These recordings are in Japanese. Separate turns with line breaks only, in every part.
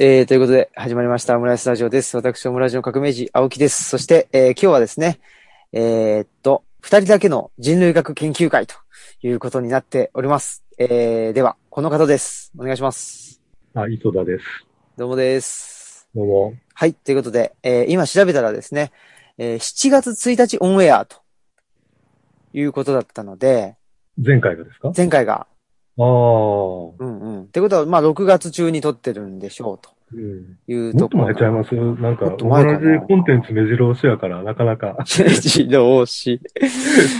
えー、ということで、始まりました、オムライスラジオです。私、オムラジオ革命児、青木です。そして、えー、今日はですね、えー、っと、二人だけの人類学研究会ということになっております。えー、では、この方です。お願いします。
あ、磯田です。
どうもです。
どうも。
はい、ということで、えー今調べたらですね、えー7月1日オンエアということだったので、
前回がですかあ
前回が、
あー、
うんうん。ってことは、まあ、6月中に撮ってるんでしょうと
うん。
いう
もっ
と
と
ころ。
前ちゃいます なんか、
もっと前かな、
同じコンテンツ目白押しやから、なかなか
指導し。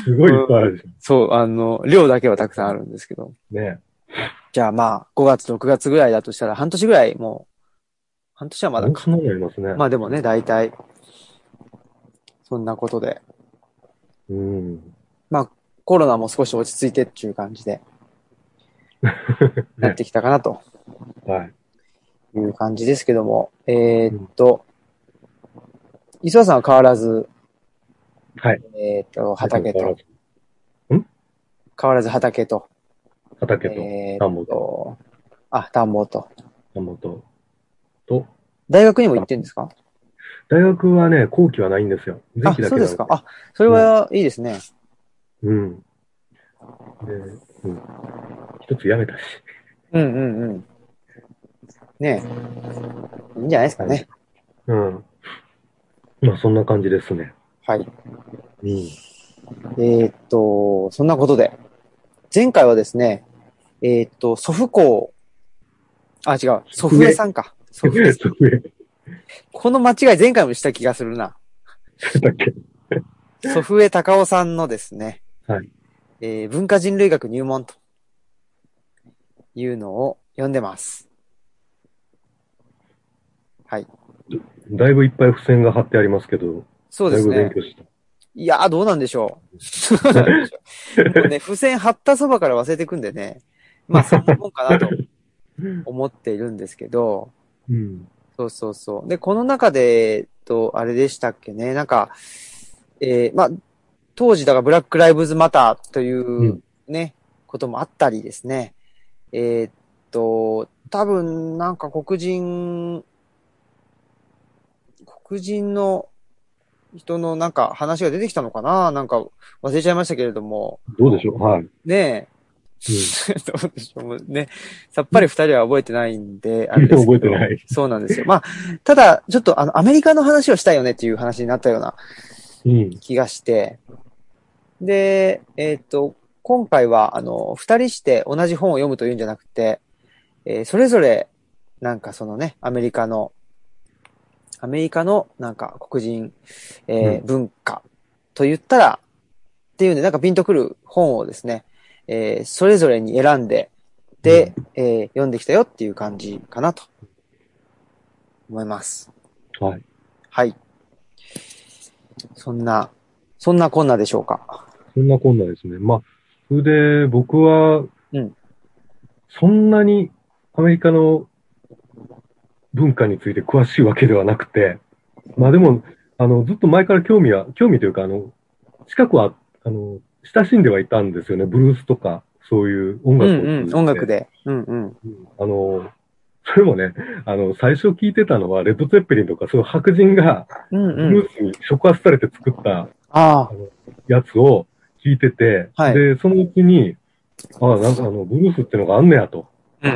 すごいいっぱいあるでし
そう、あの、量だけはたくさんあるんですけど。
ょ。ね
じゃあまあ、5月、6月ぐらいだとしたら、半年ぐらい、もう、半年はまだか。
かなりありますね。
まあでもね、大体、そんなことで、
うん。
コロナも少し落ち着いてっていう感じ で、なってきたかなと。
はい。
いう感じですけども、えーっと、磯田さんは変わらず、
はい。
えーっと、畑と、変わらず畑と、
畑と、
え
田
ー
んぼ
っ
と、
と、あ、田んぼと。
田んぼと、と、
大学にも行ってんですか
大学はね、後期はないんですよ。前
あ、
期
そ
だけ
う
なの
ですか。あ、それはいいですね。
うん。で、うん。一つやめたし。
うんうんうん。ねえ。いいんじゃないですかね。
うん。まあ、そんな感じですね。
はい。
うん。
えーっと、そんなことで、前回はですね、えーっと、祖父校、あ、違う、祖父江さんか。祖父江さん
そうや
この間違い前回もした気がするな。
ったっけ
祖父江隆夫さんのですね、
はい
えー文化人類学入門というのを読んでます。
だいぶいっぱい付箋が貼ってありますけど、
そう
だ
で
い
す
ぶ勉
ね。
強した。
いやー、どうなんでしょう。どうなんでしょうもうね、付箋貼ったそばから忘れてくんでね、まあそんなもんかなと思っているんですけど、
うん。
そうそうそう。で、この中で、えっと、あれでしたっけね、なんか、えーまあ、当時、だからブラック・ライブズ・マターというね、こともあったりですね。えーっと、多分、なんか黒人、黒人の人のなんか話が出てきたのかななんか忘れちゃいましたけれども、
どうでしょうはい。
ねえ、 どうでしょうもうね、さっぱり二人は覚えてないんで、あれですけど
覚えてない。
そうなんですよ。まあ、ただ、ちょっとあの、アメリカの話をしたいよねっていう話にな ったような
うん。
気がして。で、えーっと、今回は、あの、二人して同じ本を読むというんじゃなくて、えーそれぞれ、なんかそのね、アメリカの、アメリカの、なんか黒人、えー
う
文化と言ったら、っていうんで、なんかピンとくる本をですね、えーそれぞれに選んで、で、えー読んできたよっていう感じかなと、思います。
はい。
はい。そんな、そんなこんなでしょうか。
そんなこんなですね。まあ、それで僕は、
うん
そんなにアメリカの文化について詳しいわけではなくて、まあでも、あの、ずっと前から興味は、興味というか、あの、近くは、あの、親しんではいたんですよね。ブルースとか、そういう
う
音楽を通じて
んうん、音楽で。うんうん。
あの、それもね、あの、最初聞いてたのは、レッド・ゼッペリンとか、そういう白人が、
うん
ブ
うん。
ルースに触発されて作った
あ
やつを聞いてて、
はい
で、そのうちに、ああ、なんかあの、ブルースってのがあんねや、と
あ。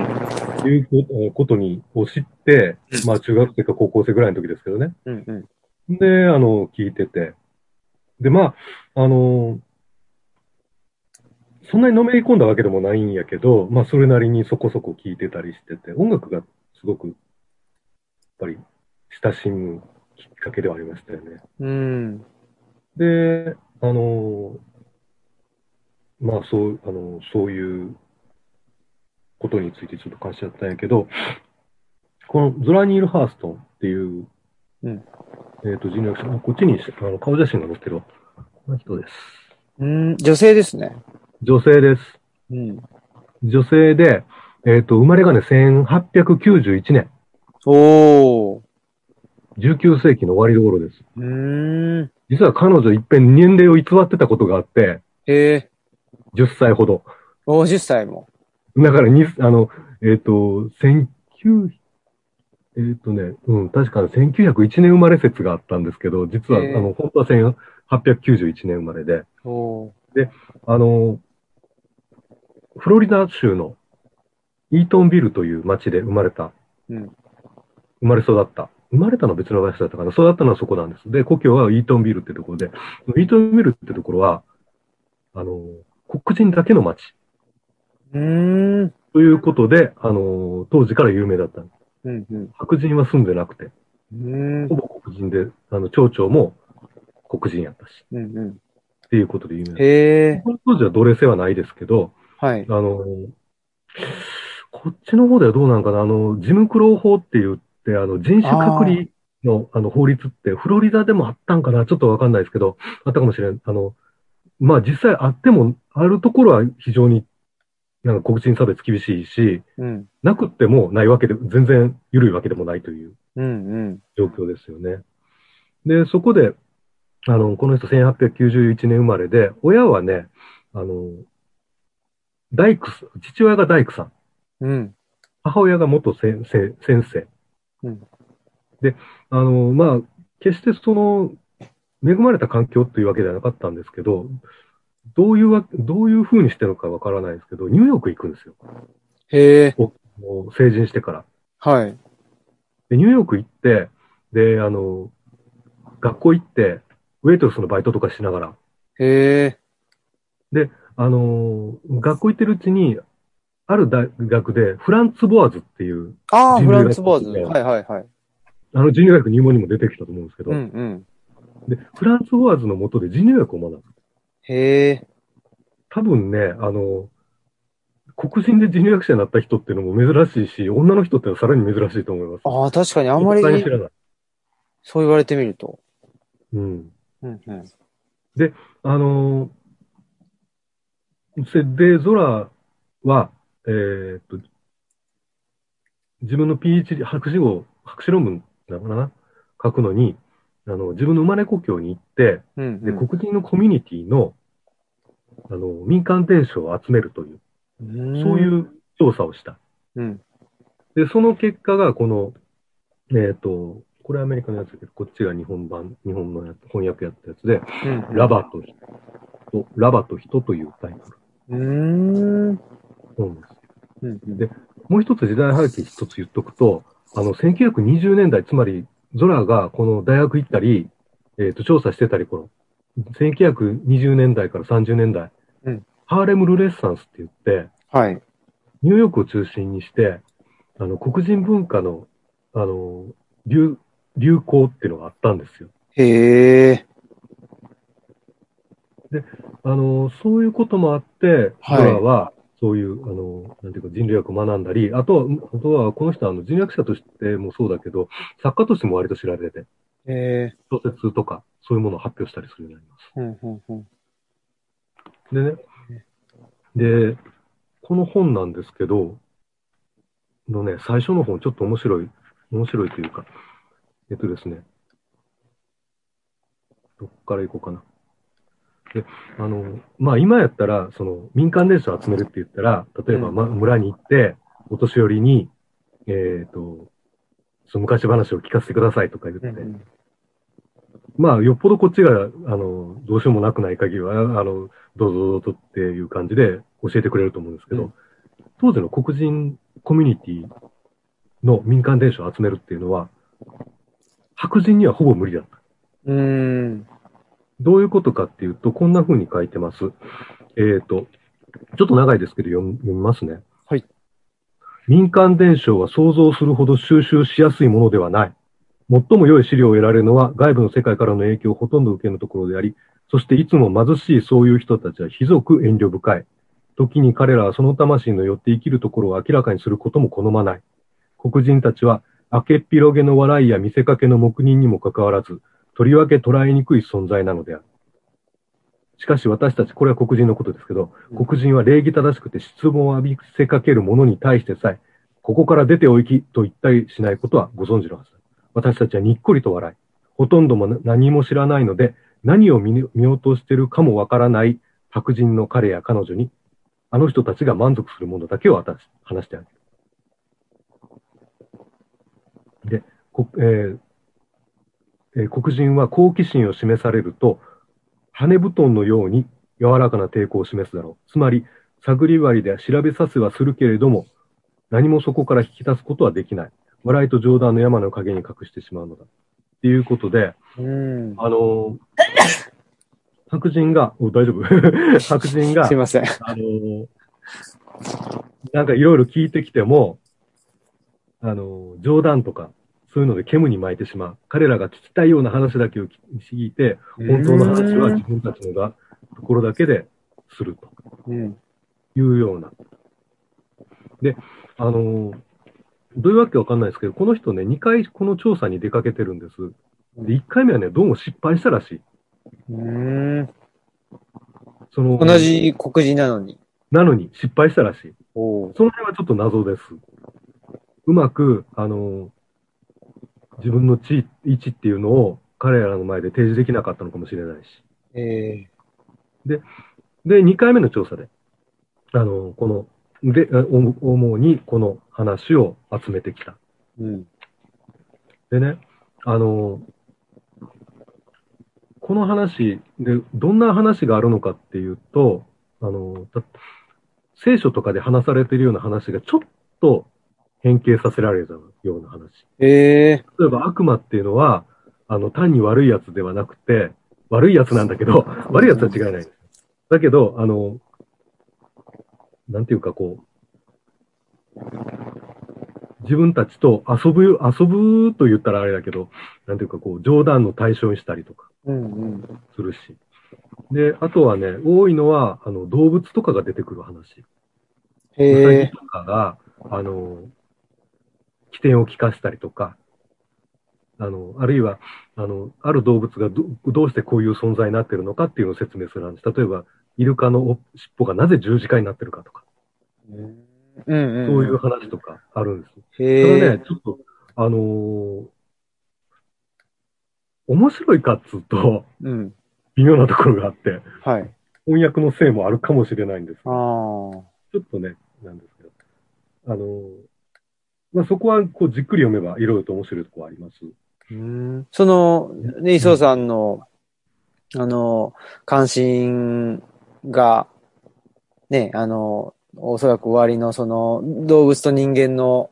うん。
いうことことに、を知って
う、ん
まあ、中学生か高校生ぐらいの時ですけどね。
うんうん。
で、あの、聞いてて。で、まあ、あの、そんなにのめり込んだわけでもないんやけど、まあ、それなりにそこそこ聞いてたりしてて、音楽がすごく、やっぱり、親しむきっかけではありましたよね。
うん。
で、あの、まあ、そう、あの、そういうことについてちょっと関心あったんやけど、このゾラニール・ハーストンっていう、
うん
えっ、と、人類学者、こっちにあの顔写真が載ってるわ。この人です。
うん、女性ですね。
女性です。
うん。
女性で、えっ、と、生まれがね、1891年、
おー。
19世紀の終わり頃です。
うーん。
実は彼女一遍年齢を偽ってたことがあって、
へえ。
10歳ほど。
50歳も。
だからに、あの、えっ、と、えーっとね、うん、確かに1901年生まれ説があったんですけど、実は、
えー
あの、本当は1891年生まれで、
おー
あの、フロリダ州のイートンビルという町で生まれた、
うん
生まれ育った。生まれたのは別の場所だったかな。育ったのはそこなんです。で、故郷はイートンビルってところで、イートンビルってところは、あの、黒人だけの町
うーん。
ということで、あの、当時から有名だったんです。
うん、うん。
白人は住んでなくて、
うん
ほ、ぼ黒人で、あの、町長も黒人やったし、
うん、うん。
っていうことで有名です。
へえ、
この当時は奴隷制はないですけど、
はい。
あの、こっちの方ではどうなんかな、あの、ジムクロー法って言って、あの、人種隔離のあの法律って、フロリダでもあったんかな、ちょっとわかんないですけど、あったかもしれん。あの、まあ実際あっても、あるところは非常に、なんか黒人差別厳しいし、
うん、
なくってもないわけで、全然緩いわけでもないという
うん、うん。
状況ですよね。で、そこで、あの、この人1891年生まれで、親はね、あの、大工さん、父親が大工さん。
うん、
母親が元先生、先生。
うん
で、あの、まあ、決してその、恵まれた環境というわけではなかったんですけど、どういうわ、どういう風にしてるのかわからないですけど、ニューヨーク行くんですよ。
へえ、
もう成人してから。
はい。
で、ニューヨーク行って、で、あの、学校行って、ウェイトレスのバイトとかしながら、
へえ、
あの、学校行ってるうちに、ある大学で、フランツ・ボアーズっていう、
ああ、
人類
フランツボーズ。
学校
はい、はい、はい。
あの人類学入門にも出てきたと思うんですけど、
うん、うん。
で、フランス・ボアーズの下で人類学を学ぶ。
へえ、
多分ね、あの、黒人で人類学者になった人っていうのも珍しいし、女の人っていうのはさらに珍しいと思います。
ああ、確かにあんまり
お互いに知らない。
そう言われてみると。
うん。
うん、うん。
あの、せで、ゾラは、えーっと、自分の PhD、博士号、博士論文なのかな書くのに、あの、自分の生まれ故郷に行って、
うん、う
で、
ん。
黒人のコミュニティの、あの、民間伝承を集めるという、そう
う
いう調査をした。
ーん。うん。
で、その結果が、この、えっ、と、これアメリカのやつだけど、こっちが日本版、日本のやつ翻訳やったやつで、
うん
ラバと人、ラバと人というタイト
うーん。うん
ルなんです。
うん
でもう一つ時代背景一つ言っとくと、あの、1920年代、つまり、ゾラがこの大学行ったり、えっ、と、調査してたり頃、1920年代から30年代、
うん
ハーレムルネッサンスって言って、
はい。
ニューヨークを中心にして、あの、黒人文化の、あの、流、流行っていうのがあったんですよ。
へえ。
あの、そういうこともあって、
はい
ゾラは、そういう、あの、なんていうか、人類学を学んだり、あとは、あとは、この人は、あの、人類学者としてもそうだけど、作家としても割と知られてて、
へえ。
小説とか、そういうものを発表したりするようになります。
うん、うん、うん。
でね。で、この本なんですけど、のね、最初の本、ちょっと面白い、面白いというか、えっとですね、どっから行こうかな。で、あの、まあ、今やったら、その、民間電車を集めるって言ったら、例えば、
うん
ま、村に行って、お年寄りに、えっ、と、その昔話を聞かせてくださいとか言って、
うん
まあ、よっぽどこっちが、あの、どうしようもなくない限りは、あの、どうぞどうぞっていう感じで教えてくれると思うんですけど、
うん
当時の黒人コミュニティの民間電車を集めるっていうのは、白人にはほぼ無理だった。
うん。う
どういうことかっていうと、こんな風に書いてます。えっ、と、ちょっと長いですけど読み読みますね。
はい。
民間伝承は想像するほど収集しやすいものではない。最も良い資料を得られるのは外部の世界からの影響をほとんど受けぬところであり、そしていつも貧しいそういう人たちはひどく遠慮深い。時に彼らはその魂のよって生きるところを明らかにすることも好まない。黒人たちは明けっ広げの笑いや見せかけの黙認にもかかわらず、とりわけ捉えにくい存在なのである。しかし私たち、これは黒人のことですけど、
うん
黒人は礼儀正しくて質問を浴びせかける者に対してさえ、ここから出ておいきと言ったりしないことはご存知のはずだ。私たちはにっこりと笑い、ほとんどもな何も知らないので、何を見見落としてるかもわからない白人の彼や彼女に、あの人たちが満足するものだけを渡し話してあげる。こえーえー黒人は好奇心を示されると、羽布団のように柔らかな抵抗を示すだろう。つまり、探り割りで調べさせはするけれども、何もそこから引き出すことはできない。笑いと冗談の山の陰に隠してしまうのだ。っていうことで、
うん。
あのー白人が、お大丈夫白人が
すい、ません。
あのーなんかいろいろ聞いてきても、あのー冗談とか、そういうので煙に巻いてしまう。彼らが聞きたいような話だけを聞いて、本当の話は自分たちのがところだけですると
うん。
いうような。で、あのーどういうわけかわかんないですけど、この人ね、2回この調査に出かけてるんです。で、1回目はね、どうも失敗したらしい。
うん。
その
同。じ黒人なのに。
なのに失敗したらしい。
おう
その辺はちょっと謎です。うまく、あの、自分の地位置っていうのを彼らの前で提示できなかったのかもしれないし。
え
で、2回目の調査で、あの、この、で、あお主にこの話を集めてきた。
えうん。
でね、あの、この話で、どんな話があるのかっていうと、あの、た聖書とかで話されているような話がちょっと変形させられたような話。
ええ
例えば悪魔っていうのは、あの、単に悪いやつではなくて、悪いやつなんだけど、悪いやつは違いないんですよ。だけど、あの、なんていうかこう、自分たちと遊ぶ、遊ぶと言ったらあれだけど、なんていうかこう、冗談の対象にしたりとか
うんうん。
するし。で、あとはね、多いのは、あの、動物とかが出てくる話。
え
ウサ
え
ギとかが、あの、起点を利かしたりとか、あの、あるいは、あの、ある動物がどどうしてこういう存在になってるのかっていうのを説明する話。例えば、イルカのお尻尾がなぜ十字架になってるかとか、
うんうん。
そういう。話とかあるんです。そ
へ
れは
え
ね、ちょっと、あのー面白いかっつうと、
うん。
微妙なところがあって、
はい。
翻訳のせいもあるかもしれないんですけ
あ
ど
あ。
ちょっとね、なんですけど。あのー、まあ、そこは、こう、じっくり読めば、いろいろと面白いところあります。
うん。その、ね、磯さんの、あの、関心が、ね、あの、おそらく終わりの、その、動物と人間の、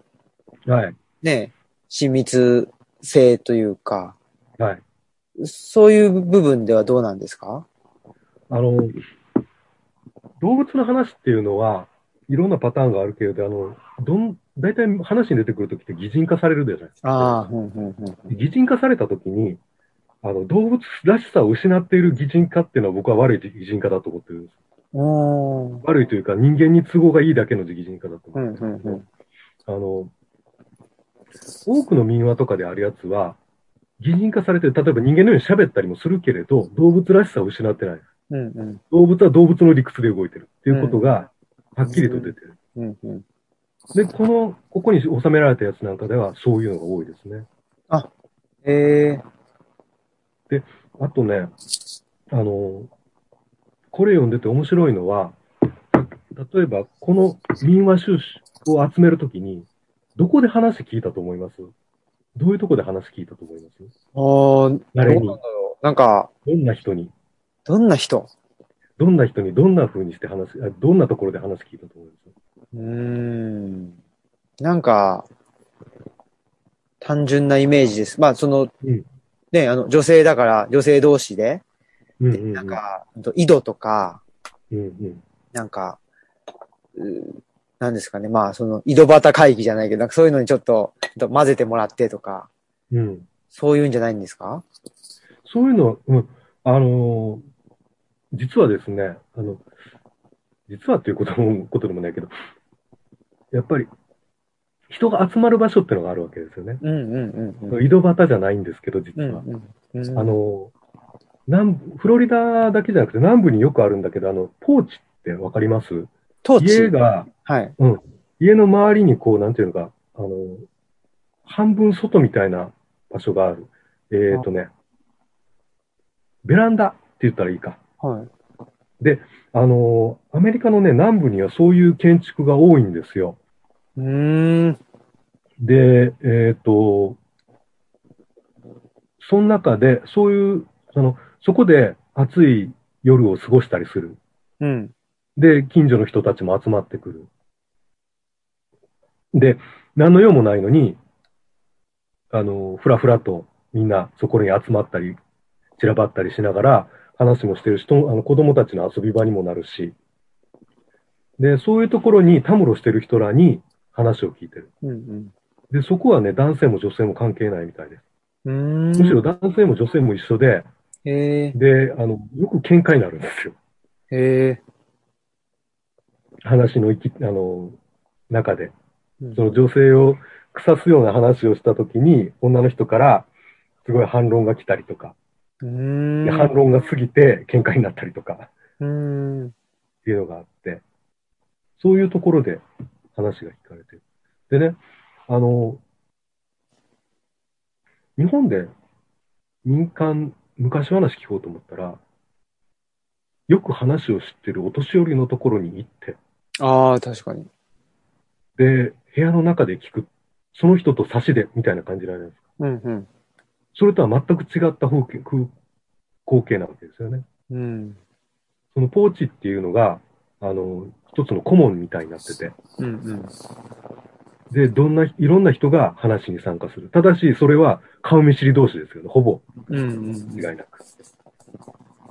はい。
ね、親密性というか、
はい。
そういう部分ではどうなんですか
あのー、動物の話っていうのは、いろんなパターンがあるけれど、あの、どん、大体話に出てくるときって擬人化されるじゃないですか。
ああ、うんうんうん。
擬人化されたときに、あの、動物らしさを失っている擬人化っていうのは僕は悪い擬人化だと思ってるんです。
おー
悪いというか、人間に都合がいいだけの擬人化だと思って
う
る
んうんうん。
あの、多くの民話とかであるやつは、擬人化されてる、例えば人間のように喋ったりもするけれど、動物らしさを失ってない。
うんうん
動物は動物の理屈で動いてるっていうことが、はっきりと出てる。
うんうん。
で、この、ここに収められたやつなんかでは、そういうのが多いですね。
ええ
あとね、あの、これ読んでて面白いのは、例えば、この民話収集を集めるときに、どこで話聞いたと思いますどういうとこで話聞いたと思います
ああ、
誰に
どうなんだろうなんか、
どんな人に、
どんな人
どんな人にどんな風にして話し、あどんなところで話聞いたと思います
うーん。なんか、単純なイメージです。まあ、その、
うん
ね、あの、女性だから、女性同士で、
うん
で
うんうん
なんか、ほんと井戸とか、
うんうん
なんか、うなんですかね。まあ、その、井戸端会議じゃないけど、なんかそういうのにちょっと、ちょっと混ぜてもらってとか、
うん
そういうんじゃないんですか
そういうの、うん、あのー実はですね、あの、実はっていうことも、 ことでもないけど、やっぱり、人が集まる場所ってのがあるわけですよね。
うんうんうんうん。
井戸端じゃないんですけど、実
うん
は。
うんうん。
あのー南部、フロリダだけじゃなくて南部によくあるんだけど、あの、ポーチってわかります
トーチ。
家が、
はい。
家の周りにこう、なんていうのか、あの、半分外みたいな場所がある。えっ、とね、ベランダって言ったらいいか。
はい。
あの、アメリカのね、南部にはそういう建築が多いんですよ。
うーん。
で、えっ、と、その中で、そういう、あの、そこで暑い夜を過ごしたりする。
うん。
で、近所の人たちも集まってくる。で、何の用もないのに、あの、ふらふらとみんなそこに集まったり、散らばったりしながら話もしてるし、とあの子供たちの遊び場にもなるし、で、そういうところにたむろしてる人らに話を聞いてる。
うん。
で、そこはね、男性も女性も関係ないみたいです。
うん。うーん
むしろ男性も女性も一緒で、
へえ、
で、あの、よく喧嘩になるんですよ。
へえ。
話のいき、あの、中で。
うん
その女性を腐すような話をしたときに、女の人からすごい反論が来たりとか、
う
で
ーん。
反論が過ぎて喧嘩になったりとかっ
うーん。
ていうのがあって、そういうところで話が聞かれてる。でね、あの、日本で民間、昔話聞こうと思ったら、よく話を知ってるお年寄りのところに行って、
ああ、確かに。
で、部屋の中で聞く、その人と差しでみたいな感じなんです。
うん、うん。
それとは全く違った風景空光景なわけですよね。
うん。
そのポーチっていうのが、あの、一つの顧問みたいになってて、
うん、うん。
で、どんな、いろんな人が話に参加する。ただし、それは顔見知り同士ですよね、ほぼ
うん、うん。
違いなく。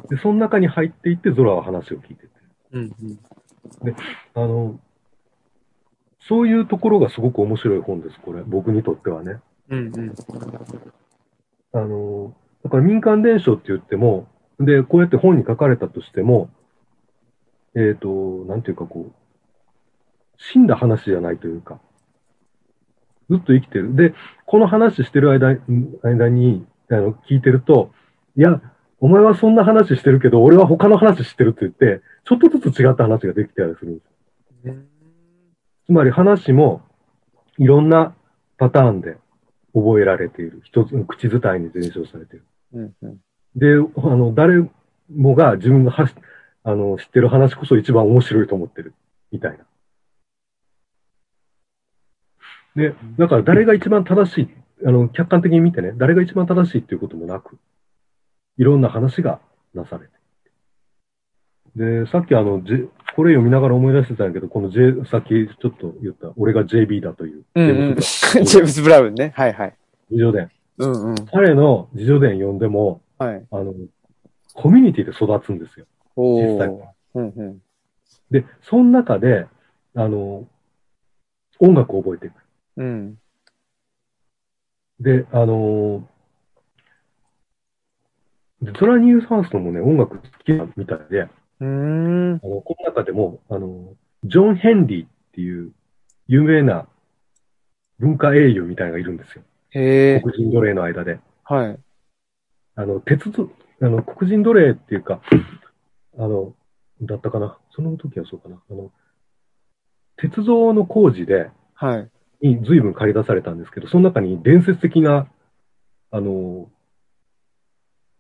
で、その中に入っていって、ゾラは話を聞いてて。
うん、うん。
あの、そういうところがすごく面白い本です、これ。僕にとってはね。
うん、うん。
あの、だから民間伝承って言っても、で、こうやって本に書かれたとしても、えっ、と、なんていうかこう、死んだ話じゃないというか、ずっと生きてる。で、この話してる間間にあの聞いてると、いや、お前はそんな話してるけど、俺は他の話してるって言って、ちょっとずつ違った話ができたりするんです。つまり話もいろんなパターンで覚えられている。一つの口伝いに伝承されている。
うん、うん。
で、あの、誰もが自分がはし、あの、知ってる話こそ一番面白いと思ってる。みたいな。で、だから誰が一番正しい、あの、客観的に見てね、誰が一番正しいっていうこともなく、いろんな話がなされていて。で、さっきあの、J、これ読みながら思い出してたんやけど、この J、さっきちょっと言った、俺が JB だという。
うんうんジェームス・ブラウンね。はい、はい。
自助伝。
うん、うん。
彼の自助伝読んでも、
はい。
あの、コミュニティで育つんですよ。
お
実際
ー。うん、うん。
で、その中で、あの、音楽を覚えていく。
うん。
で、あの、でトラニュー・ファーストもね、音楽好きなみたいで、
うーん。
あの、この中でも、あの、ジョン・ヘンリーっていう有名な文化英雄みたいなのがいるんですよ。
へえ。
黒人奴隷の間で。
はい。
あの、鉄道、あの、黒人奴隷っていうか、あの、だったかな。その時はそうかな。あの、鉄道の工事で、
はい。
に随分借り出されたんですけど、その中に伝説的な、あの、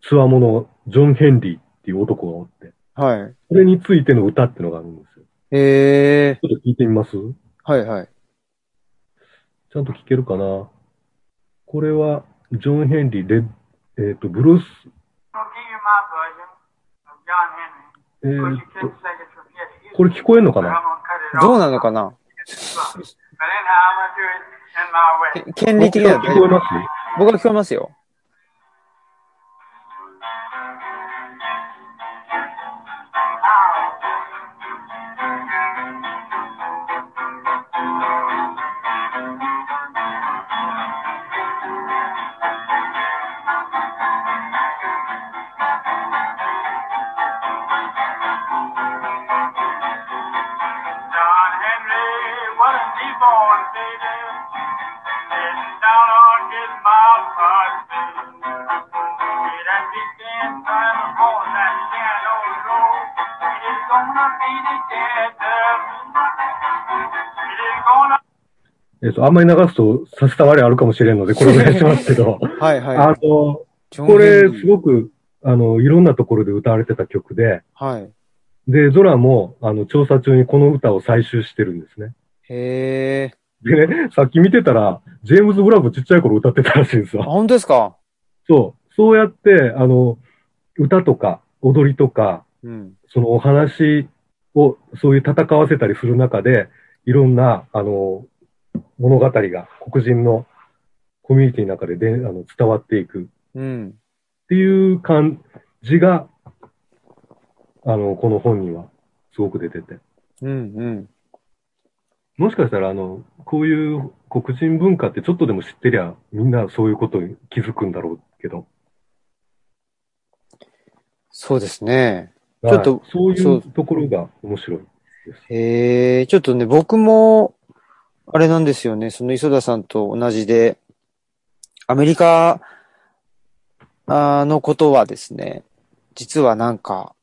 つわもの、ジョン・ヘンリーっていう男がおって、
はい。
それについての歌ってのがあるんですよ。
へえ。
ちょっと聞いてみます
はい、はい。
ちゃんと聞けるかなこれは、ジョン・ヘンリー、レッえっ、と、ブルース、
I'll give you my version of John Henry.
えっ、と
Because you couldn't、sing it from here. You
これ聞こえんのか
could, but
な
I'm gonna cut it off.
どうなのかな
But anyhow, I'm gonna do it in my way.
け権利的なの
聞こえます
僕は聞こえますよ。
John Henry was a seaborne sailor, sitting down on his mild hard sea. He that begins by the horn that can road, it is gonna be together. It
え
is gonna
っ、と、あんまり流すと差し障りあるかもしれんので、これお願いしますけど、
はい、はい。
あの、
ジョン
こ
ヘ
れ
ンリー
すごく、あの、いろんなところで歌われてた曲で、
はい。
で、ゾラも、あの、調査中にこの歌を採集してるんですね。
へえ。
でね、さっき見てたら、ジェームズ・ブラブちっちゃい頃歌ってたらしいんです
あ、
わ。
本当ですか
そう。そうやって、あの、歌とか踊りとか、
うん。
そのお話を、そういう戦わせたりする中で、いろんな、あの、物語が黒人のコミュニティの中でであの伝わっていくっ
うん。
ていう感じが、あの、この本にはすごく出てて。
うん。うん。
もしかしたら、あの、こういう黒人文化ってちょっとでも知ってりゃ、みんなそういうことに気づくんだろうけど。
そうですね。ちょっと
はいそうい
そうう
ところが面白い。
へえ、ちょっとね、僕も、あれなんですよね。その磯田さんと同じで、アメリカあのことはですね、実はなんか、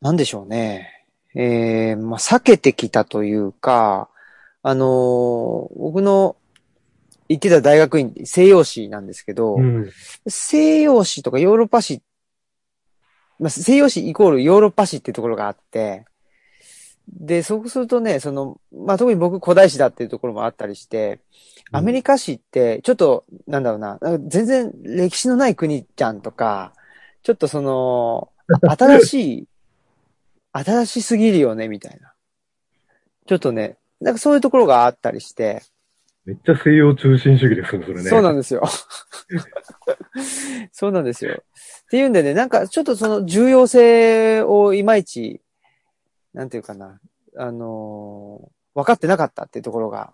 なんでしょうね。えー、まあ、避けてきたというか、あのー僕の行ってた大学院、西洋史なんですけど、
うん。
西洋史とかヨーロッパ史、まあ、西洋史イコールヨーロッパ史っていうところがあって、で、そうするとね、その、まあ、特に僕古代史だっていうところもあったりして、アメリカ史って、ちょっと、なんだろうな、なんか全然歴史のない国じゃんとか、ちょっとその、あ新しい、新しすぎるよね、みたいな。ちょっとね、なんかそういうところがあったりして、
めっちゃ西洋中心主義ですね、それね。
そうなんですよ。 そうなんですよ。っていうんでね、なんかちょっとその重要性をいまいち、なんていうかな、あのー分かってなかったっていうところが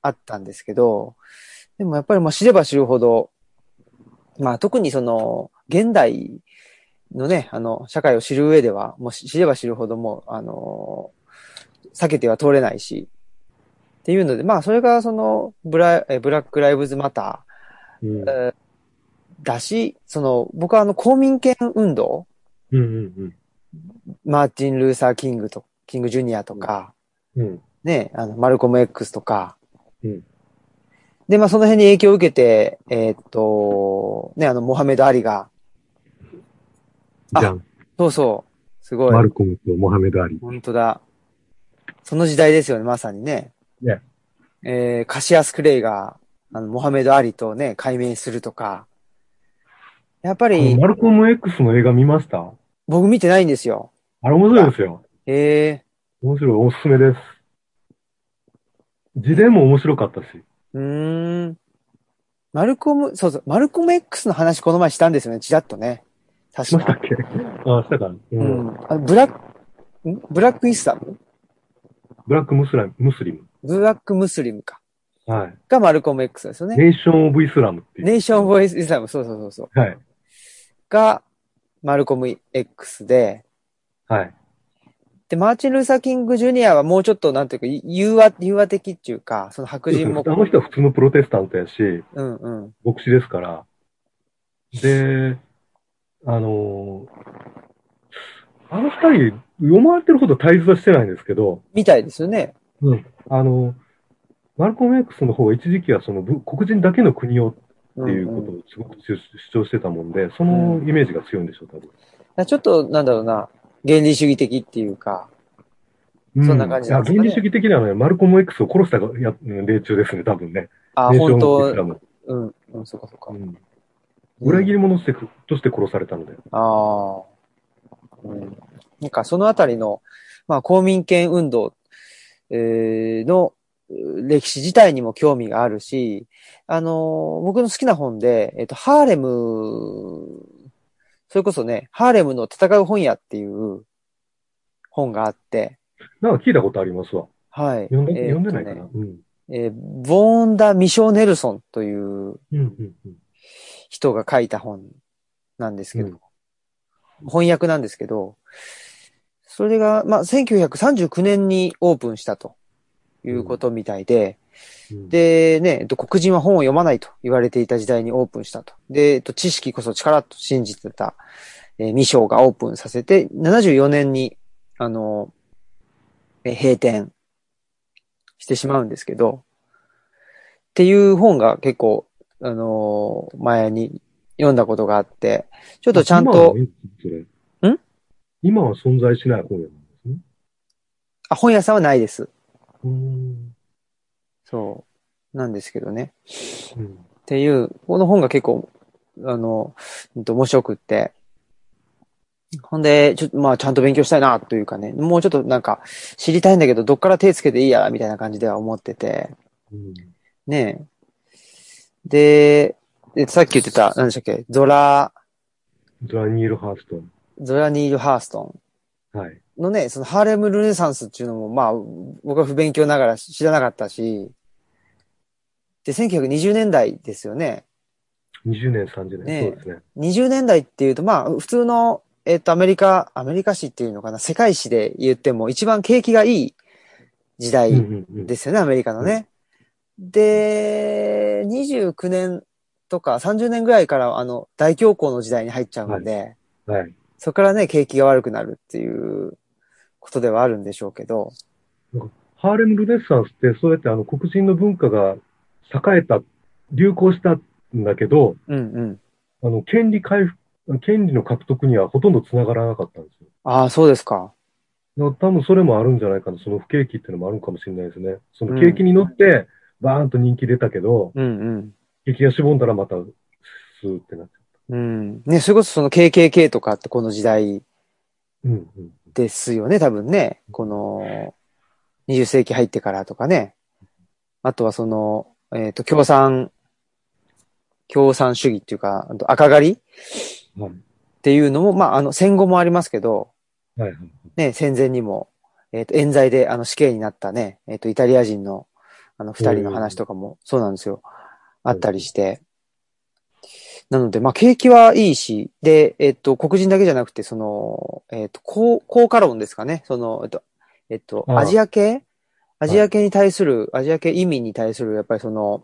あったんですけど、でもやっぱりまあ知れば知るほど、まあ特にその、現代のね、あの、社会を知る上では、もう知れば知るほどもう、あのー避けては通れないし、っていうので、まあそれがその、ブラえブラック・ライブズ・マター、
うん。
だし、その、僕はあの公民権運動、
うんうん
マーティン・ルーサー・キングと、キング・ジュニアとか、
うん。うん。
ね、あの、マルコム X とか、
うん
で、まあ、その辺に影響を受けて、えーっと、ね、あの、モハメド・アリが、あ
じゃん。
そうそう、すご
マ
い、
ルコムとモハメド・アリ。
本当だ。その時代ですよね、まさにね。
ね
えーカシアス・クレイが、あの、モハメド・アリとね、解明するとか、やっぱ
あの
り、
マルコム X の映画見ました
僕見てないんですよ。
あれ面白いですよ。
ええ
面白い、おすすめです。自伝も面白かったし。
うーん。マルコム、そうそう、マルコム X の話この前したんですよね、ちらっとね。
し
確
ました
か
っ。けあ、したかな、う。
うんん。あのブラック、んブラックイスラム
ブラックムスラムムスリム。
ブラックムスリムか。
はい。
がマルコム X ですよね。
ネーション・オブ・イスラムっていう。
ネーション・オブ・イスラム、そうそうそうそう。
はい。
が、マルコム X で、
はい。
で、マーチン・ルーサー・キング・ジュニアはもうちょっと、なんていうか、融和、融和的っていうか、その白人も
あ、の人は普通のプロテスタントやし、
うんうん。
牧師ですから。で、あのーあの二人、読まれてるほど対立はしてないんですけど、
みたいですよね。
あの、マルコム X の方は一時期はそのぶ黒人だけの国を
うんう
って
ん
いうことをすごく主主張してたもんで、そのイメージが強いんでしょう、多分。
だからちょっと、なんだろうな、原理主義的っていうか、
う
そんな感じなんですかね
いや原理主義的なのはマルコム X を殺したがやうん例中ですね、多分ね。
あ、
ネーション
本
オブイ
当
スラ、ム
うん、うん、そうかそうか
う。ん裏切り者としてとして殺されたので。
ああ。うん。なんかそのあたりの、まあ公民権運動、えーのえー歴史自体にも興味があるし、あのー僕の好きな本で、えっ、と、ハーレム、それこそね、ハーレムの戦う本屋っていう本があって、
なんか聞いたことありますわ。
はい。
読んで,、
えー
読んで
と
ない
ね
かな。うん。
えーボーンダ・ミショー・ネルソンという
うんうんうん。
人が書いた本なんですけど、
うん
翻訳なんですけど、それが、まあ、1939年にオープンしたということみたいで、
うん、
で、ね、えっと黒人は本を読まないと言われていた時代にオープンしたと。で、えっと知識こそ力と信じてた、えー、ミショーがオープンさせて、74年に、あの、えー閉店してしまうんですけど、っていう本が結構、あのー前に読んだことがあって、ちょっとちゃん
今は
と
ね、それ
ん
今は存在しない本屋なんですね。
あ、本屋さんはないです。
うん。
そう。なんですけどね。
うん
っていう、この本が結構あの、うんと面白くって。ほんで、ちょっと、まあ、ちゃんと勉強したいな、というかね、もうちょっとなんか、知りたいんだけど、どっから手つけていいや、みたいな感じでは思ってて。
うん
ねえ。で、でさっき言ってた、何でしたっけ、ゾラ、
ドラニール・ハースト
ゾラニール・ハースト
ン。はい。
ンのね、そのハーレム・ルネサンスっていうのも、まあ、僕は不勉強ながら知らなかったし、で、1920年代ですよね。
20年、30年。
ねえ
そうですね。
20年代っていうと、まあ、普通の、えっと、アメリカ、アメリカ史っていうのかな、世界史で言っても一番景気がいい時代
うんうんうん。
ですよね、アメリカのね。で、29年とか30年ぐらいからあの大恐慌の時代に入っちゃうので、
はい。
そこからね、景気が悪くなるっていうことではあるんでしょうけど、
ハーレム・ルネッサンスって、そうやってあの黒人の文化が栄えた、流行したんだけど、
うんうん。
あの、権利回復、権利の獲得にはほとんど繋がらなかったんですよ。
ああ、そうですか。
だから多分それもあるんじゃないかな。その不景気っていうのもあるのかもしれないですね。その景気に乗って、バーンと人気出たけど、
うん
景気がしぼんだらまた、スーってなって。
うん。うん。ね、それこそその KKK とかってこの時代
うんうん。
ですよね、多分ね。この、20世紀入ってからとかね。あとはその、えっ、と、共産、共産主義っていうか、あと赤狩り
はい。
っていうのも、まあ、あの、戦後もありますけど、
はいはい。
ね、戦前にも、えっ、と、冤罪で、あの、死刑になったね、えっ、と、イタリア人の、あの、二人の話とかも、そうなんですよ。あったりして。なので、まあ、景気はいいし、で、えっ、と、黒人だけじゃなくて、その、えっ、と、高、高カロンですかね、その、えっ、と、えっ、と、
ああ
アジア系アジア系に対する、アジア系移民に対する、やっぱりその、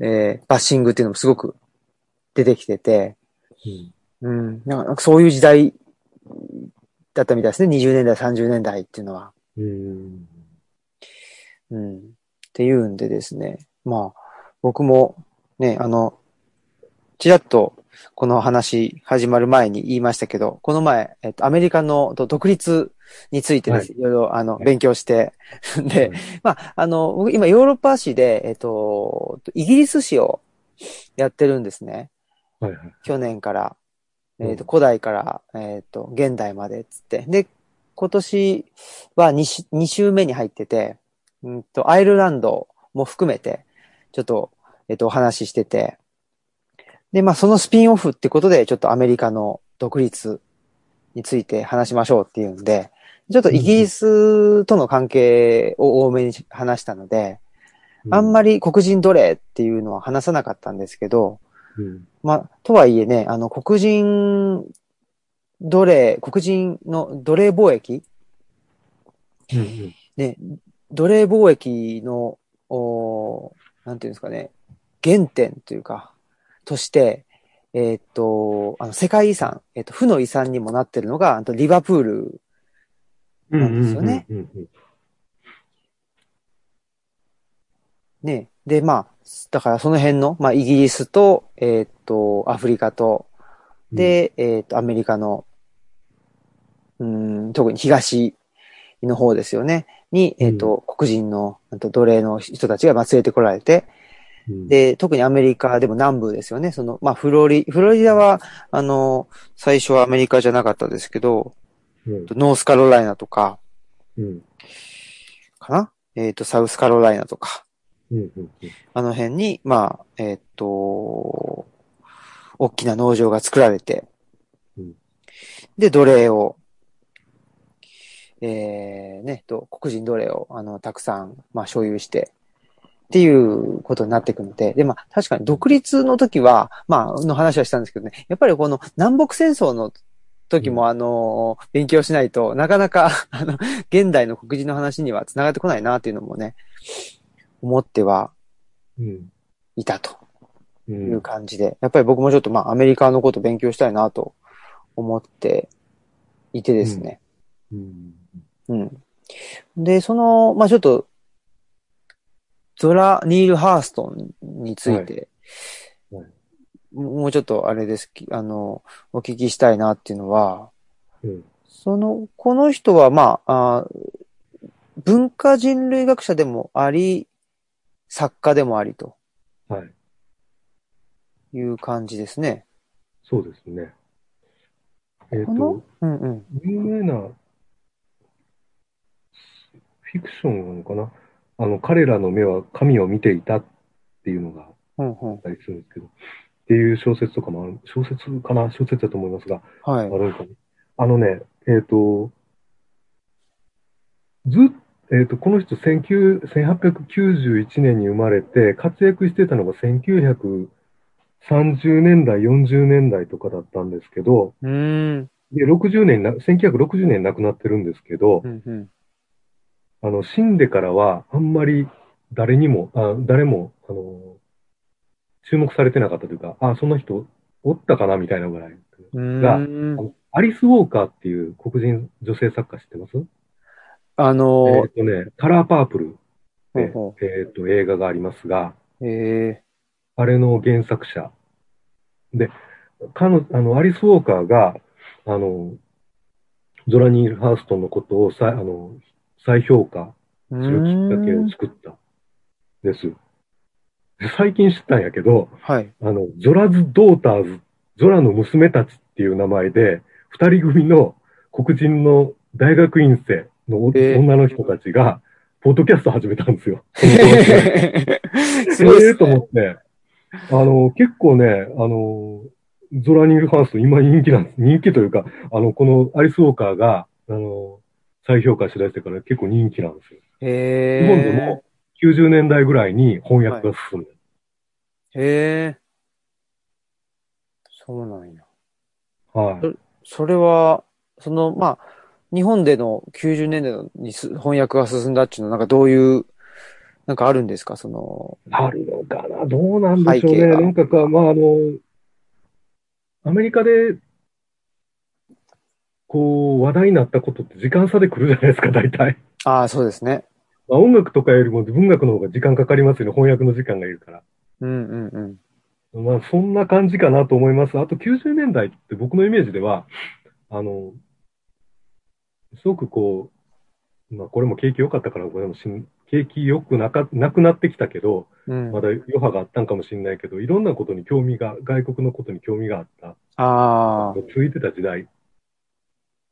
えーバッシングっていうのもすごく出てきてて、う
うん
ん。なんかなんかそういう時代だったみたいですね。20年代、30年代っていうのは。
うん。
うん。っていうんでですね。まあ、僕もね、あの、ちらっとこの話始まる前に言いましたけど、この前、えっと、アメリカのと独立についてです。い、ろいろ、あの、
はい
勉強して。で、まあ、あの、僕今ヨーロッパ市で、えっと、イギリス市をやってるんですね。
はいはい。
去年から、え
う
っ
ん、
と、古代から、えっ、と、現代までっつって。で、今年は 2, し2週目に入ってて、うんと、アイルランドも含めて、ちょっと、えっ、と、お話ししてて。で、まあ、そのスピンオフってことで、ちょっとアメリカの独立について話しましょうっていうんで、ちょっとイギリスとの関係を多めに話したので、あんま
り。
り黒人奴隷っていうのは話さなかったんですけど、
うん
まあ、とはいえね、あの、黒人奴隷、黒人の奴隷貿易
うんうん
ね、奴隷貿易の、おーなんていうんですかね、原点というか、として、えーっと、あの、世界遺産、えーっと、負の遺産にもなってるのが、あとリバプール、
うん
なんですよね
うんうんうん
ね。で、まあ、だからその辺の、まあ、イギリスと、えーっと、アフリカと、
うん、
で、えっ、と、アメリカの、うーん、特に東の方ですよね。に、えっ、と、黒人の、あと奴隷の人たちがまあ連れてこられて、
うん、
で、特にアメリカでも南部ですよね。その、まあ、フロリ、フロリダは、あの、最初はアメリカじゃなかったですけど、
うん
ノースカロライナとか、
うん
かなえっ、と、サウスカロライナとか、
うんうん
あの辺に、まあ、えっ、と、大きな農場が作られて、
うん
で、奴隷を、えー、ね、と、黒人奴隷を、あの、たくさん、まあ、所有して、っていうことになっていくので、で、まあ、確かに独立の時は、まあ、の話はしたんですけどね、やっぱりこの南北戦争の時も、あの、勉強しないとなかなか、あの、現代の黒人の話には繋がってこないな、っていうのもね、思っては
うん
いたと。
う
い
ん
う感じで、やっぱり僕もちょっとまあアメリカのこと勉強したいなと思っていてですね。
うん
うん。で、その、まあちょっと、ゾラ・ニール・ハーストンについて、
はいはい
もうちょっとあれですき、あの、お聞きしたいなっていうのは、
うん
その、この人はまあ、あー文化人類学者でもあり、作家でもありと。
はい。
いう感じですね。
そうですね。えっ、
ことの、うんうん。
有名なフィクションなのかなあの、彼らの目は神を見ていたっていうのがあ
うんうん
っ。たりするんですけど、っていう小説とかもある、小説かな小説だと思いますが、
は
あ
い。
るんかなあのね、えっ、と、ずっえっ、と、この人19 1891年に生まれて、活躍してたのが1930年代、40年代とかだったんですけど、
うーん。
で、60年な、1960年亡くなってるんですけど
う、んうん。
あの、死んでからは、あんまり誰にも、あ誰も、あの、注目されてなかったというか、あ、そんな人おったかなみたいなぐらい。
う
が
ーん
あ。のアリス・ウォーカーっていう黒人女性作家知ってます
あ
え
の
っ、とね、カラーパープル
ほ
で、
うほ
えっと、映画がありますが、
うえ
あれの原作者。で、彼の、あの、アリス・ウォーカーが、あの、ゾラニール・ハーストンのことを再、あの、再評価
ー。う
するきっかけ
ー
を
ん。
作った。です。で最近知ったんやけど、
はい。
あの、ゾラズ・ドーターズ、ゾラの娘たちっていう名前で、二人組の黒人の大学院生のお、
えー
女の人たちが、ポッドキャスト始めたんですよ。
すごい
え
で
え
す
と
ね。
思って。あの、結構ね、あの、ゾラニール・ハースト、今人気なんです。人気というか、あの、このアリス・ウォーカーが、あの、再評価しだしてから結構人気なんですよ。
へ
日本でも90年代ぐらいに翻訳が進んで、
え。へえ。そうなんや。
はい。
そそれは、その、まあ、日本での90年代にす翻訳が進んだっていうのは、なんかどういう、なんかあるんですかその、
あるのかなどうなんでしょう
背景
ね。
が
なんかか、まあ、あの、アメリカで、こう、話題になったことって時間差で来るじゃないですか、大体。
ああ、そうですね。
まあ、音楽とかよりも文学の方が時間かかりますよね。翻訳の時間がいるから。
うんうんうん。
まあ、そんな感じかなと思います。あと90年代って僕のイメージでは、あの、すごくこう、まあ、これも景気良かったから、これもしん景気良くなか、なくなってきたけど、
うん、
まだ余波があったんかもしれないけど、いろんなことに興味が、外国のことに興味があった。
ああ、
ついてた時代。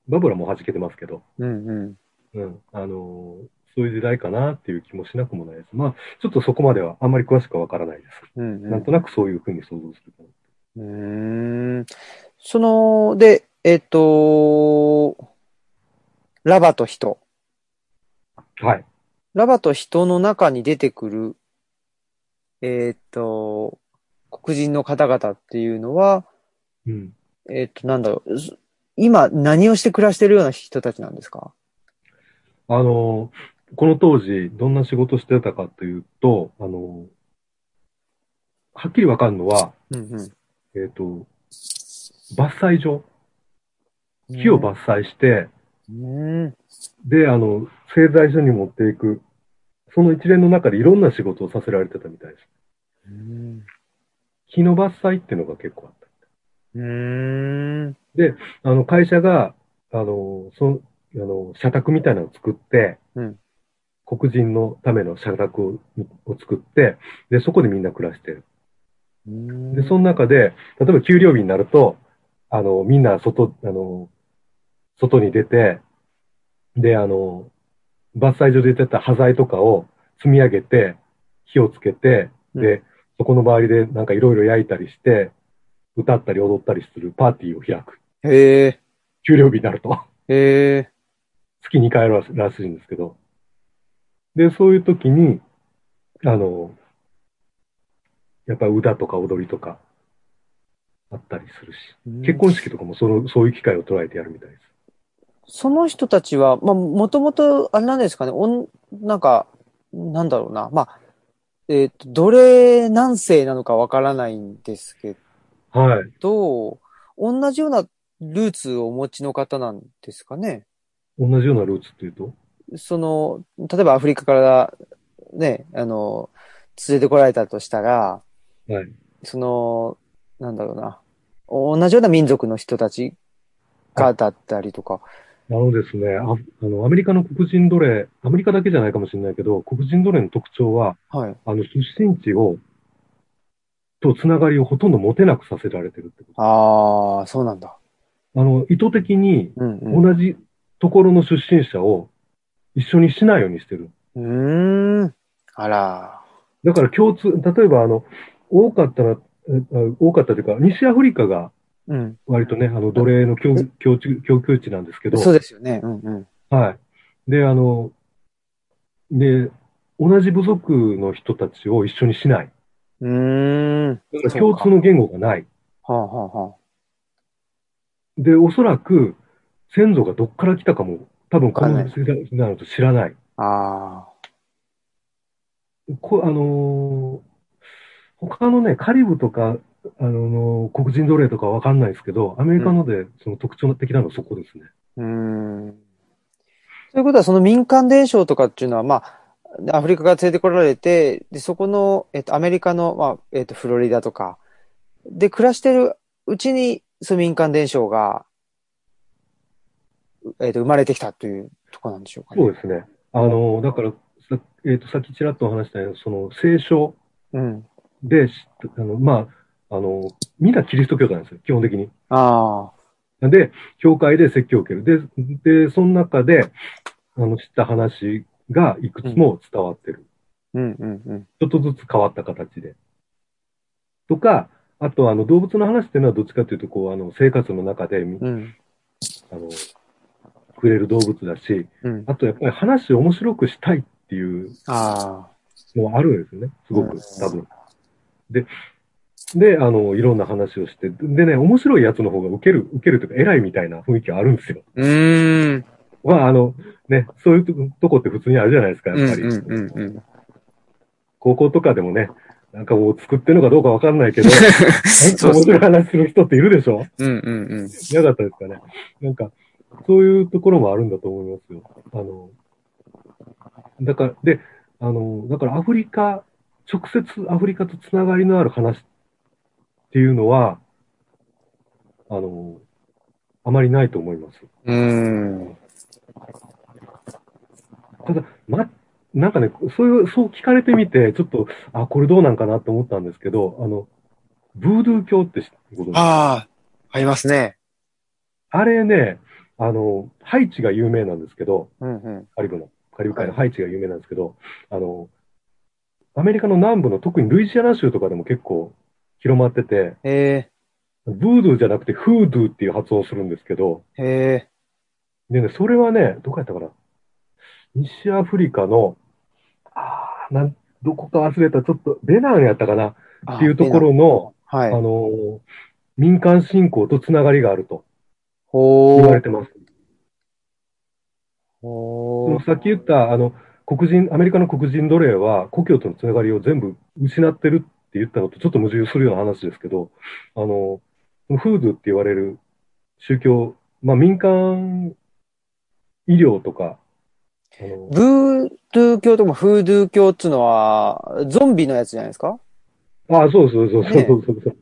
バブラも弾けてますけど、
うんうん。
うん。あのそういう時代かなっていう気もしなくもないです。まあ、ちょっとそこまではあんまり詳しくはわからないです。
うん
なんとなくそういうふうに想像するかな。
うん、うーん。その、で、えっ、と、ラバと人。
はい。
ラバと人の中に出てくる、えっ、と、黒人の方々っていうのは、
うん。
えっ、と、なんだろう。す今、何をして暮らしてるような人たちなんですか
あの、この当時、どんな仕事してたかというと、あの、はっきりわかるのは、
うん
えっ、と、伐採場、
うん。
木を伐採して、
うん。
で、あの、製材所に持っていく、その一連の中でいろんな仕事をさせられてたみたいです。
うん。
木の伐採っていうのが結構あっ
うん。
た。あの、会社が、あの、その、あの、社宅みたいなのを作って、
うん
黒人のための社宅をを作って、で、そこでみんな暮らしてる。で、その中で、例えば給料日になると、あの、みんな外、あの、外に出て、で、あの、伐採所で出てた端材とかを積み上げて、火をつけて、
うん
で、そこの周りでなんかいろいろ焼いたりして、歌ったり踊ったりするパーティーを開く。
へえ、
給料日になると。
へえ、
月2回あるらしいんですけど。で、そういう時に、あの、やっぱり歌とか踊りとかあったりするし、結婚式とかもそのそういう機会を捉えてやるみたいです。
その人たちは、まあ、もともと、あれなんですかね、おん、なんか、なんだろうな、まあ、えっ、と、奴隷何世なのかわからないんですけ
はい。
ど、同じようなルーツをお持ちの方なんですかね。
同じようなルーツっていうと、
その、例えばアフリカから、ね、あの、連れてこられたとしたら、
はい
その、なんだろうな、同じような民族の人たちがだったりとか、
あのですね、ああの、アメリカの黒人奴隷、アメリカだけじゃないかもしれないけど、黒人奴隷の特徴は、
はい。
あの、出身地を、とつながりをほとんど持てなくさせられてるってこ
ああ、そうなんだ。
と。あの、意図的に
うん、うん。
同じところの出身者を一緒にしないようにしてる。
うーん。あら。
だから共通、例えばあの、多かったら、えあ多かったというか、西アフリカが
うん。
割とね、あの、奴隷の供供給供給地なんですけど、
そうですよね。うんうん。
はい。で、あの、で、同じ部族の人たちを一緒にしない。
うーん。
だから
そう
共
か
通の言語がない。
はあ、はあはあ、
で、おそらく、先祖がどっから来たかも、多分、こ
わかんな
の
い
世代になると知らない。
ああ、
こあのー他のね、カリブとか、あのー黒人奴隷とかはわかんないですけど、アメリカので、その特徴的なのはそこですね。
うーん。ということは、その民間伝承とかっていうのは、まあ、アフリカから連れてこられて、で、そこの、えっと、アメリカの、まあ、えっと、フロリダとか、で、暮らしてるうちに、その民間伝承が、うえっと、生まれてきたというとこなんでしょうかね。
そうですね。あのーだから、さえっ、と、さっきちらっとお話したように、その、聖書
うん。
で、しあのまあ、あのーみんなキリスト教徒なんですよ、基本的に。
あ
で、教会で説教を受ける。で、で、その中で、あの、知った話がいくつも伝わってる。
あ、うんうんうん。
ちょっとずつ変わった形で。とか、あと、あの、動物の話っていうのはどっちかというと、こう、あの、生活の中で、み
うん。
あの、触れる動物だし、
うん。
あと、やっぱり話を面白くしたいっていう
ああ、
のはあるんですよね。すご
う
く
ん、
多分。で、で、あの、いろんな話をして、でね、面白いやつの方が受ける、受けるというか、偉いみたいな雰囲気はあるんですよ。
うーん。
まあ、あの、ね、そういうととこって普通にあるじゃないですか、
う
や
ん
っぱり。
うんうんうん。
高校とかでもね、なんかもう作ってるのかどうかわかんないけど、
そう
面
です
白い
ね。
話する人っているでし ょ
うんうんうん。
嫌だったですかね。なんか、そういうところもあるんだと思いますよ。あの、だから、で、あの、だからアフリカ、直接アフリカとつながりのある話っていうのは、あの、あまりないと思います。
うーん。
ただ、ま、なんかね、そういう、そう聞かれてみて、ちょっと、あ、これどうなんかなと思ったんですけど、あの、ブードゥー教って知ってことあ
ああ、ありますね。
あれね、あの、ハイチが有名なんですけど、
うんうん。
カリブの、カリブ海のハイチが有名なんですけど、あの、アメリカの南部の特にルイジアナ州とかでも結構広まってて、
え
ブードゥーじゃなくてフードゥーっていう発音をするんですけど、
え、え
でね、それはね、どこやったかな西アフリカの、あーなん、どこか忘れた、ちょっと、ベナンやったかな
え。
っていうところの、
あ。は
あ
い。
のー、民間信仰とつながりがあると
ほ
言われ
ー
てます。そ
ほ
の
ー
さっき言った、あの、黒人、アメリカの黒人奴隷は、故郷とのつながりを全部失ってるって言ったのとちょっと矛盾するような話ですけど、あの、フードって言われる宗教、まあ民間医療とか、あの
ブードゥー教とかフードゥー教っつうのは、ゾンビのやつじゃないですか
ああ、そうそうそうそうそうそうそう。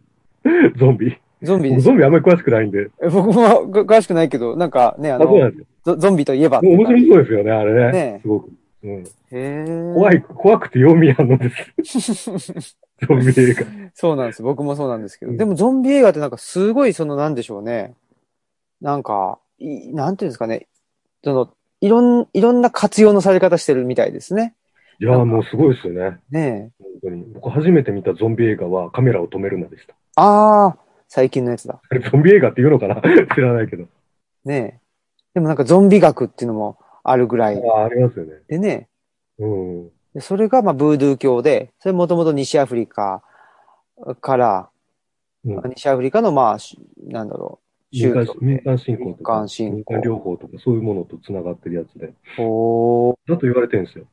ゾンビ。
ゾンビで
僕
す
ゾ。ンビあんまり詳しくないんで。
え僕もが詳しくないけど、なんかね、あ
あ、そうな
の
ん、ですよ。
ゾゾンビといえばってい
面
うか。
白そうですよね、あれね。
ね
すごく。うん、
へえ。
怖い、怖くて読みやんのです。 ゾンビ映画。
そうなんです。僕もそうなんですけど。
うん
でもゾンビ映画ってなんかすごいそのなんでしょうね。なんか、いなんていうんですかね。その、いろん、いろんな活用のされ方してるみたいですね。
いやーもうすごいですよね。
ねえ。
本当に。僕初めて見たゾンビ映画はカメラを止めるなでした。
ああ、最近のやつだ。
あれゾンビ映画って言うのかな 知らないけど。
ねえ。でもなんかゾンビ学っていうのもあるぐらい。
ああ、ありますよね。
でね。
うん。
でそれがまあブードゥー教で、それもともと西アフリカから、
うん、
西アフリカのまあ、しなんだろう、
民
宗
間
教
民
で。
間信仰とか、
民間信仰
民間療法とか、そういうものと繋がってるやつで。
おー。
だと言われてるんですよ。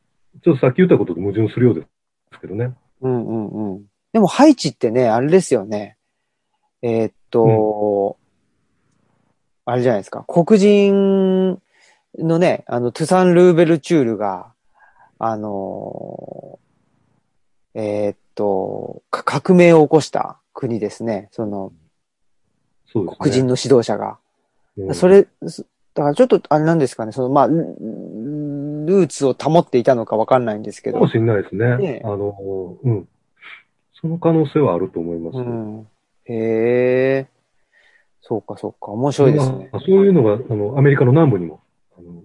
ちょっとさっき言ったことと矛盾するようですけどね。
うんうんうん。でも、ハイチってね、あれですよね。えーっと、あれじゃないですか。黒人のね、あの、トゥサン・ルーベルチュールが、あのーえーっと、か革命を起こした国ですね。その、
そうですね。
黒人の指導者が。
うん
それ、すだからちょっと、あれなんですかね。その、まあ、ルルーツを保っていたのかわかんないんですけ
か
ど
も。しれないですね。
ねえ
あの、うん。その可能性はあると思います
う
ね、
ん。へえ。そうか、そうか。面白いですね
ま。あそういうのが、あの、アメリカの南部にも、あの、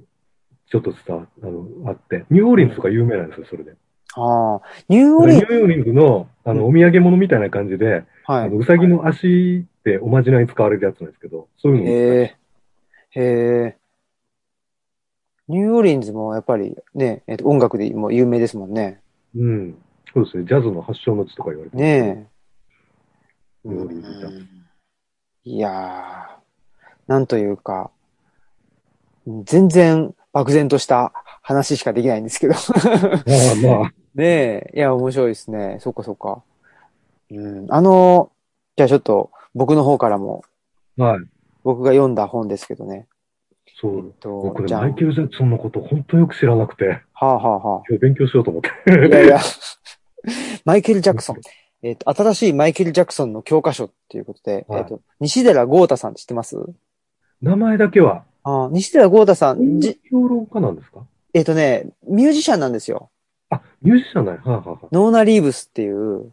ちょっと伝わあの、あって、ニューオーリンズとか有名なんですよ、それで。
ああ。ニューオ
ニ
リン
ュ、ーオーリンズの、あの、お土産物みたいな感じで、
は
あ
い
の、。うさぎの足っておまじないに使われるやつなんですけど、そういうのも、
へえ。へえ。ニューオーリンズもやっぱりね、えっと、音楽でも有名ですもんね。
うん。そうですね、ジャズの発祥の地とか言われてます
ねえ。
ニューオーリンズジャズ
うんいやー、なんというか、全然漠然とした話しかできないんですけど。
まあまあ、
ねえ、いや、面白いですね。そっかそっか。うん、あの、じゃあちょっと僕の方からも、
はい。
僕が読んだ本ですけどね。
そ
えっ
う。
と
僕、
じ
ね、
ゃあ、
マイケル・ジャクソンのこと、本当よく知らなくて、
はあ、はあは
今日勉強しようと思って。
あ、いやいや、 マイケル・ジャクソン。えっと、新しいマイケル・ジャクソンの教科書っていうことで、
はい
えっと、西寺豪太さん知ってます
名前だけは、
あー西寺豪太さん、じ
評論家なんですか
えっとね、ミュージシャンなんですよ。
あ、ミュージシャンない。はいはいはい。
ノーナ・リーブスっていう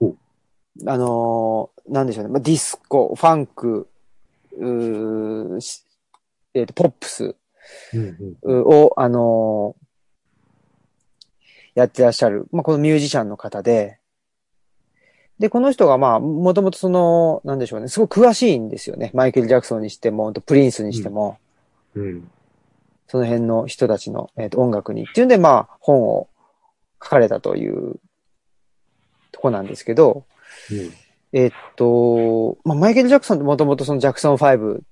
お、
あのーなんでしょうね、まあ、ディスコ、ファンク、うーしえっ、と、ポップス
うんうん
うを、あのーやってらっしゃる、まあ、このミュージシャンの方で、で、この人がまあ、もともとその、なんでしょうね、すごく詳しいんですよね。マイケル・ジャクソンにしても、ほんとプリンスにしても。
うん。
その辺の人たちの、えーと音楽にっていうんで、まあ、本を書かれたというとこなんですけど、えーっと、まあ、マイケル・ジャクソンってもともとそのジャクソン5
う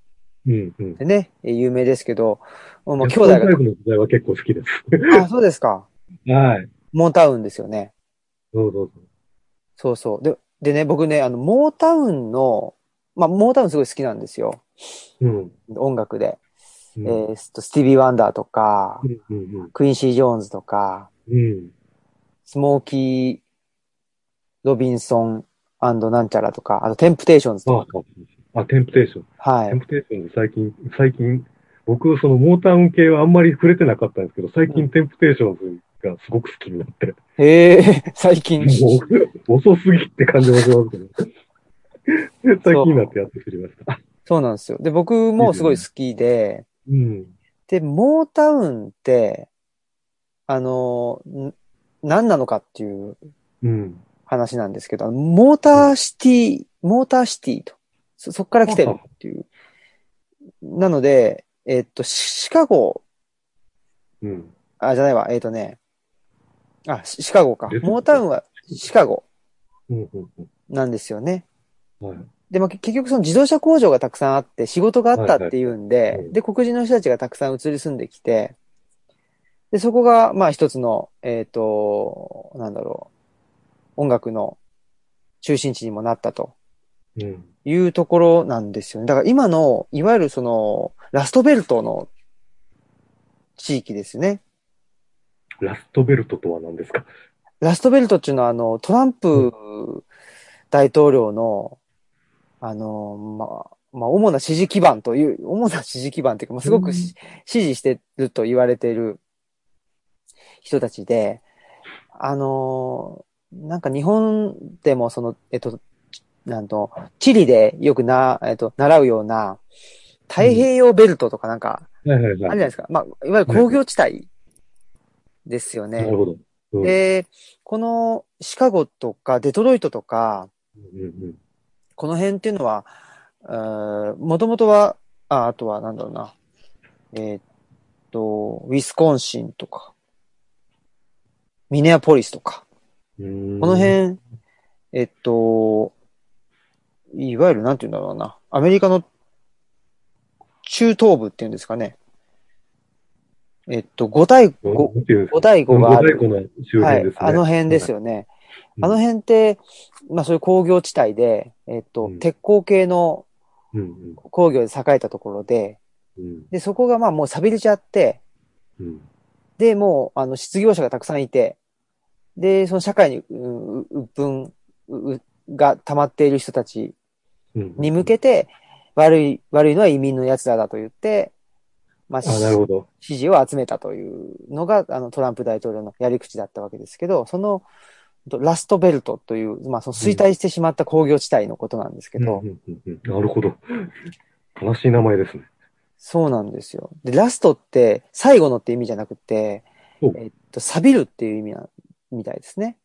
ん。うん。うん。
でね、えー有名ですけど、まあ、兄
ジャ
弟
クソンファイブの時代は結構好きです。
が、あ、そうですか。
はい。
モータウンですよね。
どうぞどうぞ。
そうそう。で、でね、僕ね、あの、モータウンの、まあ、モータウンすごい好きなんですよ。
うん。
音楽で。
う
え
ん
ーっと、スティービー・ワンダーとか、
うんうん
クインシー・ジョーンズとか、
うん。
スモーキー、ロビンソン、なんちゃらとか、あと、テンプテーションズ
あ
と
あ、テンプテーション。
か。は
テン
い。
プテーションで最近、最近、僕、そのモータウン系はあんまり触れてなかったんですけど、最
うん
近テンプテーションズがすごく好きになって、
へえ、 最近。
もう遅すぎって感じもします けど。最近になってやって知りました。
そうなんですよ。で、僕もすごい好きで、
うん。
で、モータウンって、あの、ん何なのかっていう
うん。
話なんですけど、あのモーターシティ、モーターシティと、そ、そっから来てるっていう。なので、えっと、シシカゴ、
うん。
あ、じゃないわ、えっとね、あ、シシカゴか
出。てきた
モータウンはシカゴ
うん。うんうん
なんですよね。
はい。
で、まあ、け結局その自動車工場がたくさんあって、仕事があったっていうんで、
はいはい
で、黒人の人たちがたくさん移り住んできて、で、そこが、まあ、一つの、えっ、と、なんだろう、音楽の中心地にもなったと
うん。
いうところなんですよね。だから今の、いわゆるその、ラストベルトの地域ですね。
ラストベルトとは何ですか
ラストベルトっていうのは、あの、トランプ大統領の、あの、ま、まあ、主な支持基盤という、主な支持基盤というか、まあ、すご
う
く
ん
し支持してると言われている人たちで、あの、なんか日本でもその、えっと、なんと、チリでよくな、えっと、習うような、太平洋ベルトとかなんか、
はいはい
あるじゃ
は。
ないいですか。まあ、いわゆる工業地帯ですよね。
なるほど。うん
で、このシカゴとかデトロイトとか、
うんうん
この辺っていうのは、もともとは、あ、あとはなんだろうな、えーっと、ウィスコンシンとか、ミネアポリスとか、
うん
この辺、えっと、いわゆるなんて言うんだろうな、アメリカの中東部っていうんですかね。えっと、5対5、
なんていうんですか
5対5がある。
五大湖の周
は
辺
い
ですね。。
あの辺ですよね。
うん
あの辺って、まあそういう工業地帯で、えっと、
うん
鉄鋼系の
うんうん
工業で栄えたところで、
うん
で、そこがまあもう錆びれちゃって、
うん
で、もう、あの、失業者がたくさんいて、で、その社会に、う、う、う、分、う、うが溜まっている人たち
うん
に向けて、悪い、悪いのは移民の奴らだと言って、まあ、
あ、なるほど。
支持を集めたというのが、あの、トランプ大統領のやり口だったわけですけど、その、とラストベルトという、まあ、その衰退してしまった工業地帯のことなんですけど、
うんうんうんうんなるほど。悲しい名前ですね。
そうなんですよ。で、ラストって、最後のって意味じゃなくて
お、
えっと、錆びるっていう意味な、みたいですね。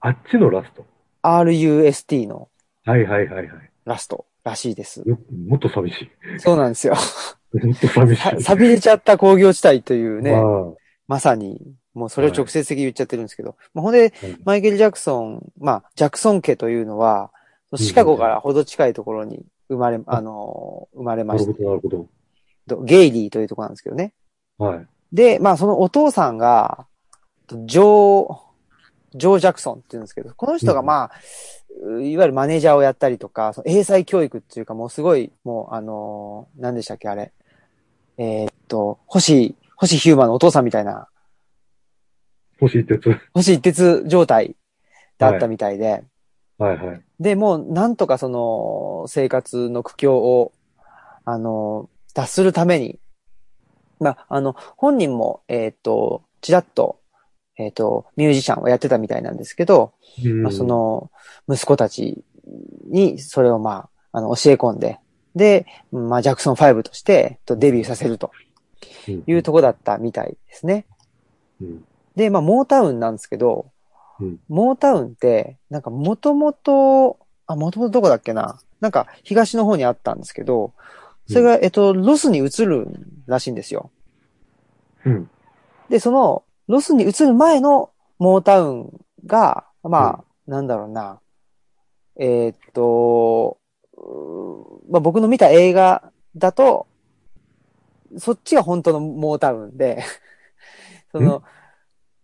あっちのラスト。
RUST の
はいはいはいはい。
ラストらしいです。
よもっと寂し
そうなんですよ。
い。もっと寂し
さ
い。
錆びれちゃった工業地帯というね、
まあ
まさに、もうそれを直接的に言っちゃってるんですけど、まあ、ほんで、
うん
マイケル・ジャクソン、まあ、ジャクソン家というのは、シカゴからほど近いところに生まれ、あの、生まれま
なる
し
ほどなるほど。
た。ゲイリーというところなんですけどね。
はい。
で、まあ、そのお父さんが、ジョー、ジョー・ジャクソンっていうんですけど、この人が
うん
まあ、いわゆるマネージャーをやったりとか、その英才教育っていうか、もうすごい、もう、あのー、何でしたっけ、あれ。えーっと、星、星ヒューマンのお父さんみたいな、
星一徹。
星一徹状態だったみたいで、
はいはい。
で、もう、なんとかその、生活の苦境を、あの、脱するために、まあ、あの、本人も、えーっ、と、ちらっと、えーっ、と、ミュージシャンをやってたみたいなんですけど、
うん
まあ、そ、の、息子たちに、それをまあ、あの、教え込んで、で、まあ、ジャクソン5として、とデビューさせるというとこだったみたいですね。
うん。
で、まあ、モータウンなんですけど、
うん
モータウンって、なんか、もともと、あ、もともとどこだっけななんか、東の方にあったんですけど、それが、えっと、ロスに移るらしいんですよ。
うん。
で、その、ロスに移る前のモータウンが、まあ、なんだろうな、えーっと、うーまあ、僕の見た映画だと、そっちが本当のモータウンで、 その、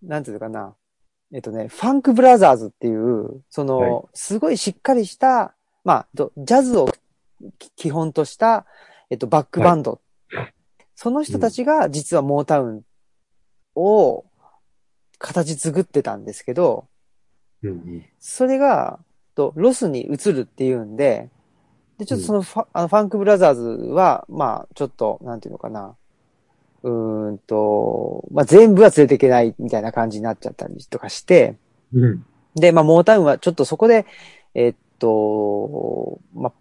なんていうのかな、えっとね、ファンクブラザーズっていう、その、
はい
すごいしっかりした、まあ、どジャズをき基本とした、えっと、バックバンド。その人たちが実はモータウンを形作ってたんですけど、
うんうん。
それが、とロスに移るっていうんで、で、ちょっとそのファ,、あのファンクブラザーズは、まあ、ちょっと、なんていうのかな。うーんと、まあ、全部は連れていけないみたいな感じになっちゃったりとかして、
うん。
で、まあ、モータウンはちょっとそこで、えっと、まあ、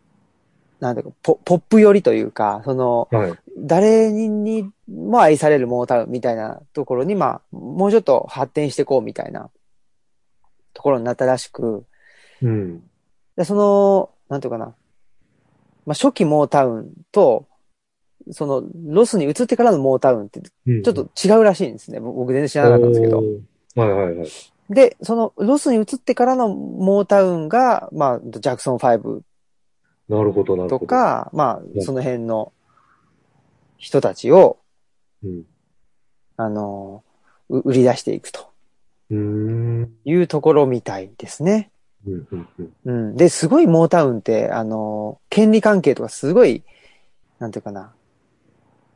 なんだか、ポポップ寄りというか、その、
はい。
誰ににも愛されるモータウンみたいなところに、まあ、もうちょっと発展していこうみたいなところになったらしく、
うん。
で、その、なんていうかな。まあ、初期モータウンと、その、ロスに移ってからのモータウンって、ち
ちょっ
ょっと違うらしいんですね。僕全然知らなかったんですけど。。
はいはいはい。
で、その、ロスに移ってからのモータウンが、まあ、ジャクソン5
なるほどなるほど。
と、か、ま
う
あ、
ん
その辺の人たちを、
うん。
あの、う売り出していくと
うーん。
いうところみたいですね。
うんうんうん。
うん。で、すごいモータウンって、あの、権利関係とかすごい、なんていうかな、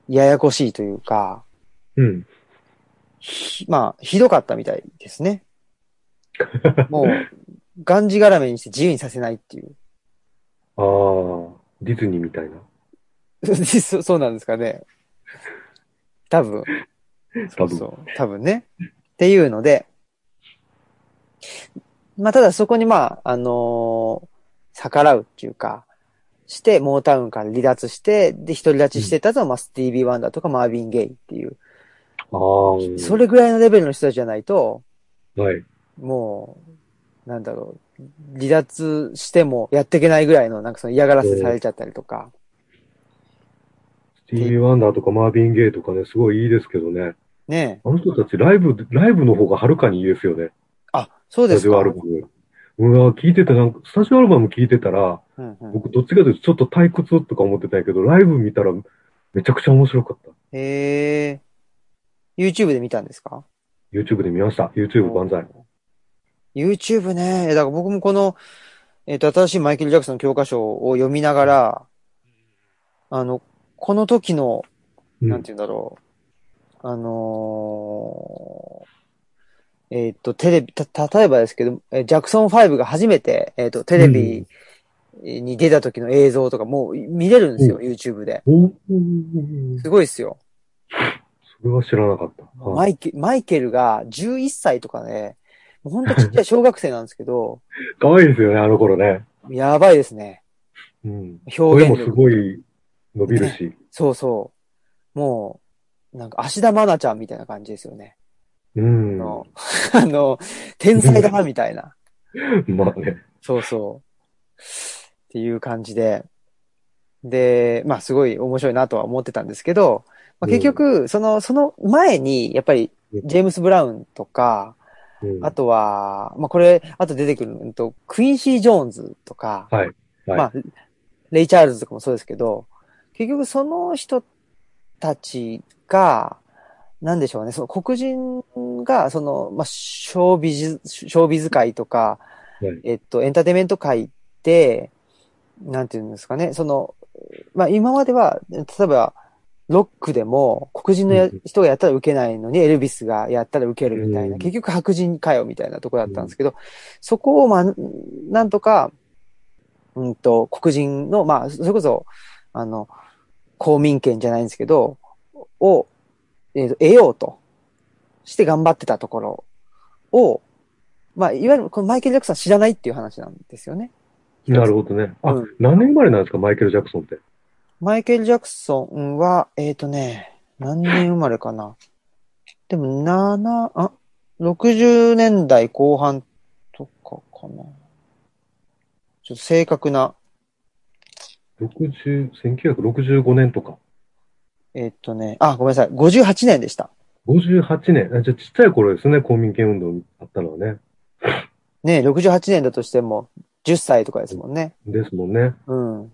ややこしいというか、
うん。
ひまあ、ひどかったみたいですね。もう、がんじがらめにして自由にさせないっていう。
ああ、ディズニーみたいな。
そそうなんですかね。多分。
多
そう
分。
そう。多分ね。っていうので、まあ、ただそこにまあ、あのー逆らうっていうか、して、モータウンから離脱して、で、独り立ちしてたと、まあ、スティービー・ワンダーとかマービン・ゲイっていう、
ああ。
それぐらいのレベルの人たちじゃないと、
はい。
もう、なんだろう、離脱してもやっていけないぐらいの、なんかその嫌がらせされちゃったりとか、
スティービー・ワンダーとかマービン・ゲイとかね、すごいいいですけどね。
ねえ。
あの人たちライブ、ライブの方がはるかにいいですよね。
あ、そう
スタ
で
ジ
す
オ
か。
アルバム。うわ、聞いててなんか、スタジオアルバム聞いてたら、
うんうん、
僕どっちかというとちょっと退屈とか思ってたんやけど、ライブ見たらめちゃくちゃ面白かった。
えー、YouTube で見たんですか
YouTube で見ました。YouTube 万歳。
YouTube ね。だから僕もこの、えっ、と、新しいマイケル・ジャクソンの教科書を読みながら、あの、この時の、
うん
なんて言うんだろう。あのーえっ、と、テレビ、た、例えばですけど、えジャクソン5が初めて、えっ、と、テレビに出た時の映像とかもう見れるんですよ、
う
YouTube で。
おー
すごいですよ。
それは知らなかった。はい
マイケマイケルが11歳とかで、もうほんとちっちゃい小学生なんですけ ど、
可愛いですよね、あの頃ね。
やばいですね。
うん。
表
声
現
もす
力。
ごい伸びるし。
そうそう。もう、なんか、芦田愛菜ちゃんみたいな感じですよね。
うん。
あ
ま
の あの、天才だな、みたいな。
あね。
そうそう。っていう感じで。で、まあすごい面白いなとは思ってたんですけど、まあ、結局、その、その前に、やっぱり、ジェームス・ブラウンとか、
うん
あとは、まあこれ、あと出てくるうんと、クインシー・ジョーンズとか、
はいはい
まあ、レイ・チャールズとかもそうですけど、結局その人たちが、なんでしょうね、その黒人が、その、まあ、ショービズ、ショービズ界とか、
はい
えっと、エンターテイメント界で、なんていうんですかね、その、まあ、今までは、例えば、ロックでも黒人のや
うん
人がやったら受けないのに、エルビスがやったら受けるみたいな、
うん
結局白人かよみたいなとこだったんですけど、そこを、まあ、なんとか、うんと、黒人の、まあ、それこそ、あの、公民権じゃないんですけど、を、えーと得ようとして頑張ってたところを、まあ、いわゆるこのマイケル・ジャクソンは知らないっていう話なんですよね。
なるほどね。あ、
うん
何年生まれなんですか、マイケル・ジャクソンって。
マイケル・ジャクソンは、えっ、とね、何年生まれかな。でも、7、あ、60年代後半とかかな。ちょっと正確な、
60 1965年とか。
えっ、とね、あ、ごめんなさい、58年でした。
58年。あじゃあちっちゃい頃ですね、公民権運動あったのはね。
ね、68年だとしても、10歳とかですもんね。
ですもんね。
うん。っ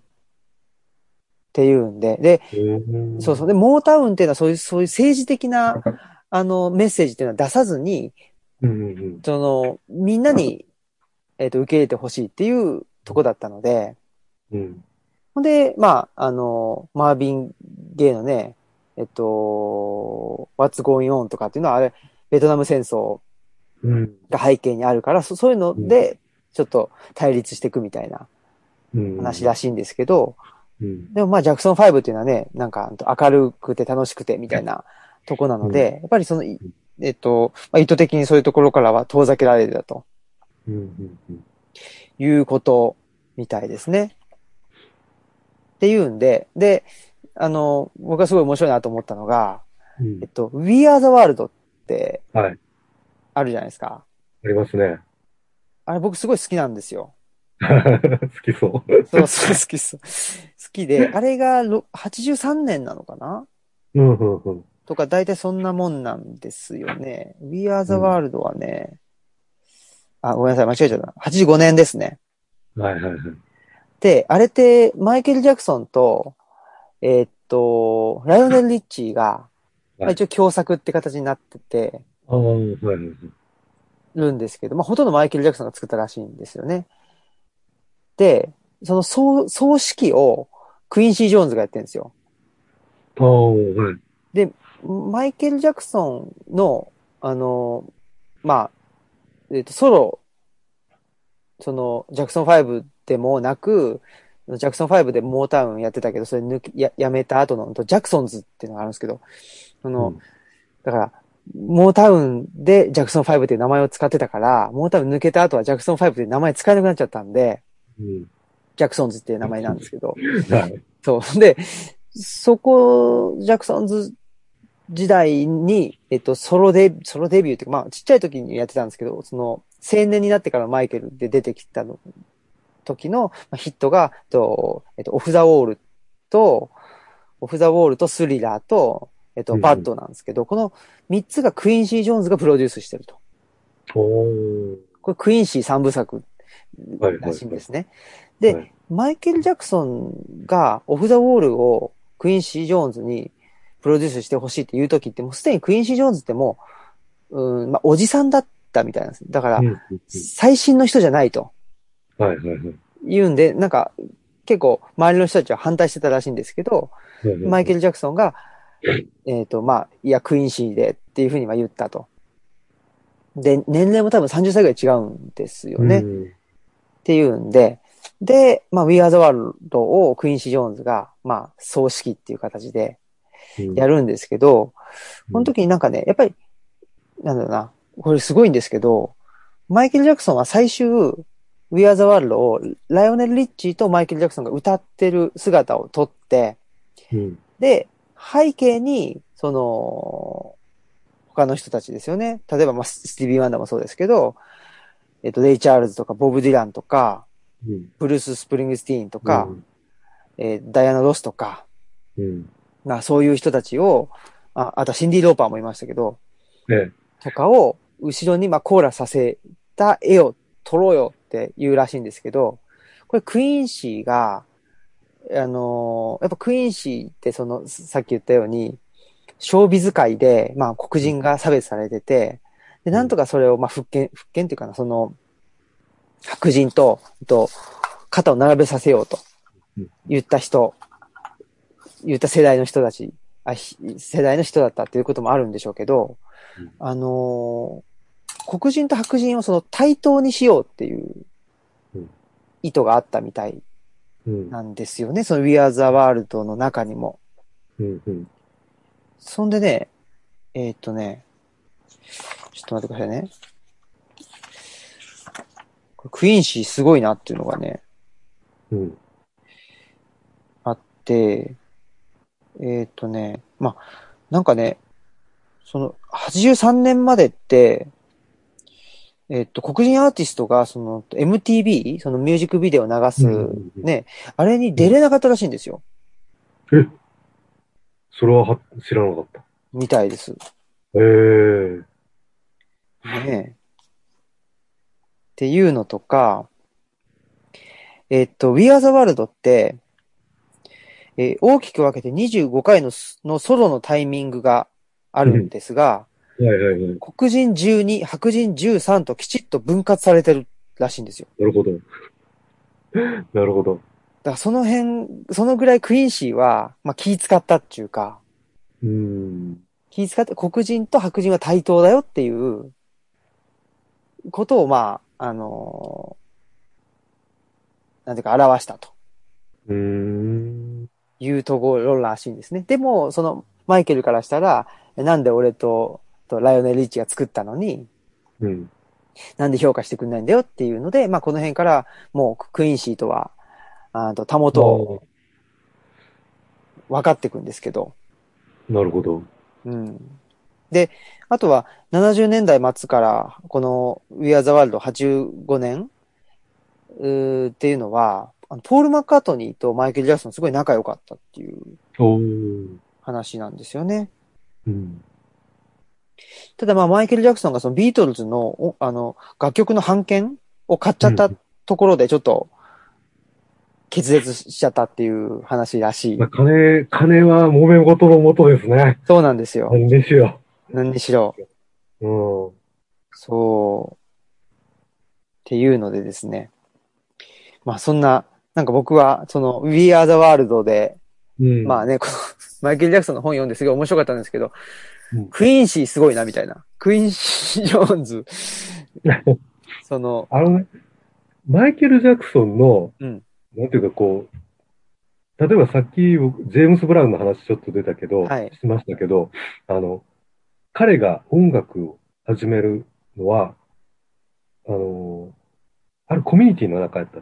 ていうんで、で、
うん
そうそう。で、モータウンっていうのはそういう、そういう政治的な、あの、メッセージっていうのは出さずに、
うんうんうん。
その、みんなに、えっ、と、受け入れてほしいっていうとこだったので、
うん。
ほんで、まあ、あの、マービン・ゲイのね、えっと、What's Going On とかっていうのは、あれ、ベトナム戦争
うん。
が背景にあるから、そそういうので、ちょっと対立していくみたいな
うん。
話らしいんですけど、
うん。
でもまあ、ジャクソン5っていうのはね、なんか明るくて楽しくてみたいなとこなので、やっぱりその、いえっと、まあ、意図的にそういうところからは遠ざけられてたと
うんうんうん。
いうことみたいですね。っていうんで、で、あの、僕はすごい面白いなと思ったのが、
うん
えっと、We Are the World って
はい。あ
あるじゃないですか。
りますね。
あれ僕すごい好きなんですよ。
好きそう。
そうそう、好きそう。好きで、あれがろ83年なのかな
うんうんうん。
とか、大体そんなもんなんですよね。We Are the
うん
World はね、あ、ごめんなさい、間違えちゃった。85年ですね。
はいはいはい。
で、あれって、マイケル・ジャクソンと、えーっと、ライオネル・リッチーが、
い
まあ、一応共作って形になってて
ああ、はいはいはい。
るんですけど、まあ、ほとんどマイケル・ジャクソンが作ったらしいんですよね。で、その葬葬式を、クインシー・ジョーンズがやってるんですよ。
ああ、はい。
マイケル・ジャクソンの、あの、まあ、えっ、と、ソロ、その、ジャクソン5でもなく、ジャクソン5でモータウンやってたけど、それ抜き、や、やめた後の、ジャクソンズっていうのがあるんですけど、その、
うん
だから、モータウンでジャクソン5っていう名前を使ってたから、モータウン抜けた後はジャクソン5っていう名前使えなくなっちゃったんで、
うん。
ジャクソンズっていう名前なんですけど、
はい。
そう。で、そこ、ジャクソンズ時代に、えっと、ソロデ、ソロデビューっていうか、まあ、ちっちゃい時にやってたんですけど、その、青年になってからマイケルで出てきたの、時のまあヒットが、とえっと、オフ・ザ・ウォールと、オフ・ザ・ウォールとスリラーと、えっと、
うんうん
バッドなんですけど、この3つがクインシー・ジョーンズがプロデュースしてると。
おお。
これクインシー三部作
はいはいはい
らしいんですね。で
はい
マイケル・ジャクソンがオフ・ザ・ウォールをクイン・シー・ジョーンズにプロデュースしてほしいっていう時ってもうすでにクイン・シー・ジョーンズってもう、うん、まあ、おじさんだったみたいなんです。だから
うん、うんうん
最新の人じゃないと
はいはいはい
言うんで、なんか結構周りの人たちは反対してたらしいんですけど、
はいはい。
マイケル・ジャクソンが、えっ、と、まあ、いや、クイン・シーでっていうふうにまあ言ったと。で、年齢も多分30歳ぐらい違うんですよね。
うん
っていうんで、で、まあ、We Are the World をクインシー・ジョーンズが、まあ、葬式っていう形で
うん
やるんですけど、
うん
この時になんかね、やっぱり、なんだろうな、これすごいんですけど、マイケル・ジャクソンは最終、We Are the World をライオネル・リッチーとマイケル・ジャクソンが歌ってる姿を撮って、
うん。
で、背景に、その、他の人たちですよね。例えば、まあ、ススティービー・ワンダーもそうですけど、えっと、レイ・チャールズとか、ボブ・ディランとか、
うん。
ブルース・スプリングスティーンとか
う、ん。
えーダイアナ・ロスとか、
うん。
まあ、そういう人たちを、ああとシンディ・ローパーもいましたけど、
ええ。
とかを後ろにまあコーラさせた絵を撮ろうよって言うらしいんですけど、これクイーンシーが、あのーやっぱクイーンシーってその、さっき言ったように、ショービズ界で、まあ黒人が差別されてて、で、なんとかそれをまあ復権、復権っていうかな、その、白人と、と、肩を並べさせようと
うん、
言った人、言った世代の人たち、あひ世代の人だったっていうこともあるんでしょうけど、あのー黒人と白人をその対等にしようっていう
うん
意図があったみたい
うん。
なんですよね。その We Are the World の中にも。
うん。うん。
そんでね、えーっとね、ちょっと待ってくださいね。これクイーンシーすごいなっていうのがね、
うん。
あって、えーっとね、まあ、なんかね、その、83年までって、えーっと、黒人アーティストが、その、MTV? そのミュージックビデオを流す、
うん
ね、あれに出れなかったらしいんですよ。
えそれはは知らなかった。
みたいです。
ええ
ねえ。っていうのとか、えっと、We Are the World って、えー大きく分けて25回のスのソロのタイミングがあるんですが、
はいはいはい。
黒人12、白人13ときちっと分割されてるらしいんですよ。
なるほど。 なるほど。
だからその辺、そのぐらいクイーンシーは、まあ、気使ったっていうか、
うん。
気使って黒人と白人は対等だよっていうことを、まあ、あのーなんていうか表したと
うん。
いうところらしいんですね。でも、そのマイケルからしたら、なんで俺ととライオネル・リッチが作ったのに、
うん。
なんで評価してくれないんだよっていうので、まあこの辺からもうクイーンシーとは、あと、たもと分かっていくんですけど、
なるほど。
うん。で、あとは70年代末から、この We Are the World 85年うーっていうのは、あのポール・マッカートニーとマイケル・ジャクソンすごい仲良かったっていう
おー
話なんですよね。
うん。
ただまあマイケル・ジャクソンがそのビートルズのおあの楽曲の版権を買っちゃったところでちょっと決裂しちゃったっていう話らしい
まあ、。金、金は揉め事のもとですね。
そうなんですよ。
何ですよ。
何にしろ。
うん。
そう。っていうのでですね。まあそんな、なんか僕は、その、We Are the World で、
うん、
まあね、この、マイケル・ジャクソンの本読んですごい面白かったんですけど、
うん
クイーンシーすごいな、みたいな。クイーンシー・ジョーン ズ。その、
あのね、マイケル・ジャクソンの、
うん
なんていうかこう、例えばさっき僕、ジェームス・ブラウンの話ちょっと出たけど、
はい
しましたけど、あの、彼が音楽を始めるのは、あの、あるコミュニティの中やった。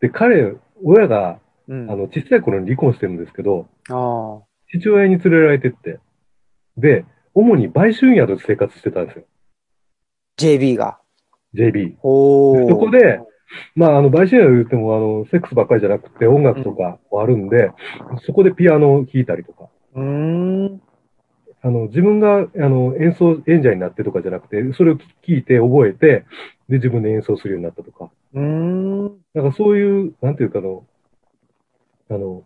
で、彼、親が、
うん。
あの、小さい頃に離婚してるんですけど、
あ
父親に連れられてって、で、主に売春宿で生活してたんですよ、
あ、JB が。
JB。
おー。
そこで、まあ、あの、売春屋言っても、あの、セックスばっかりじゃなくて、音楽とかもあるんで、そこでピアノを弾いたりとか、
うーん。
あの、自分が、あの、演奏、演者になってとかじゃなくて、それを聞いて、覚えて、で、自分で演奏するようになったとか、
うーん。
なんかそういう、なんていうかあの、あの、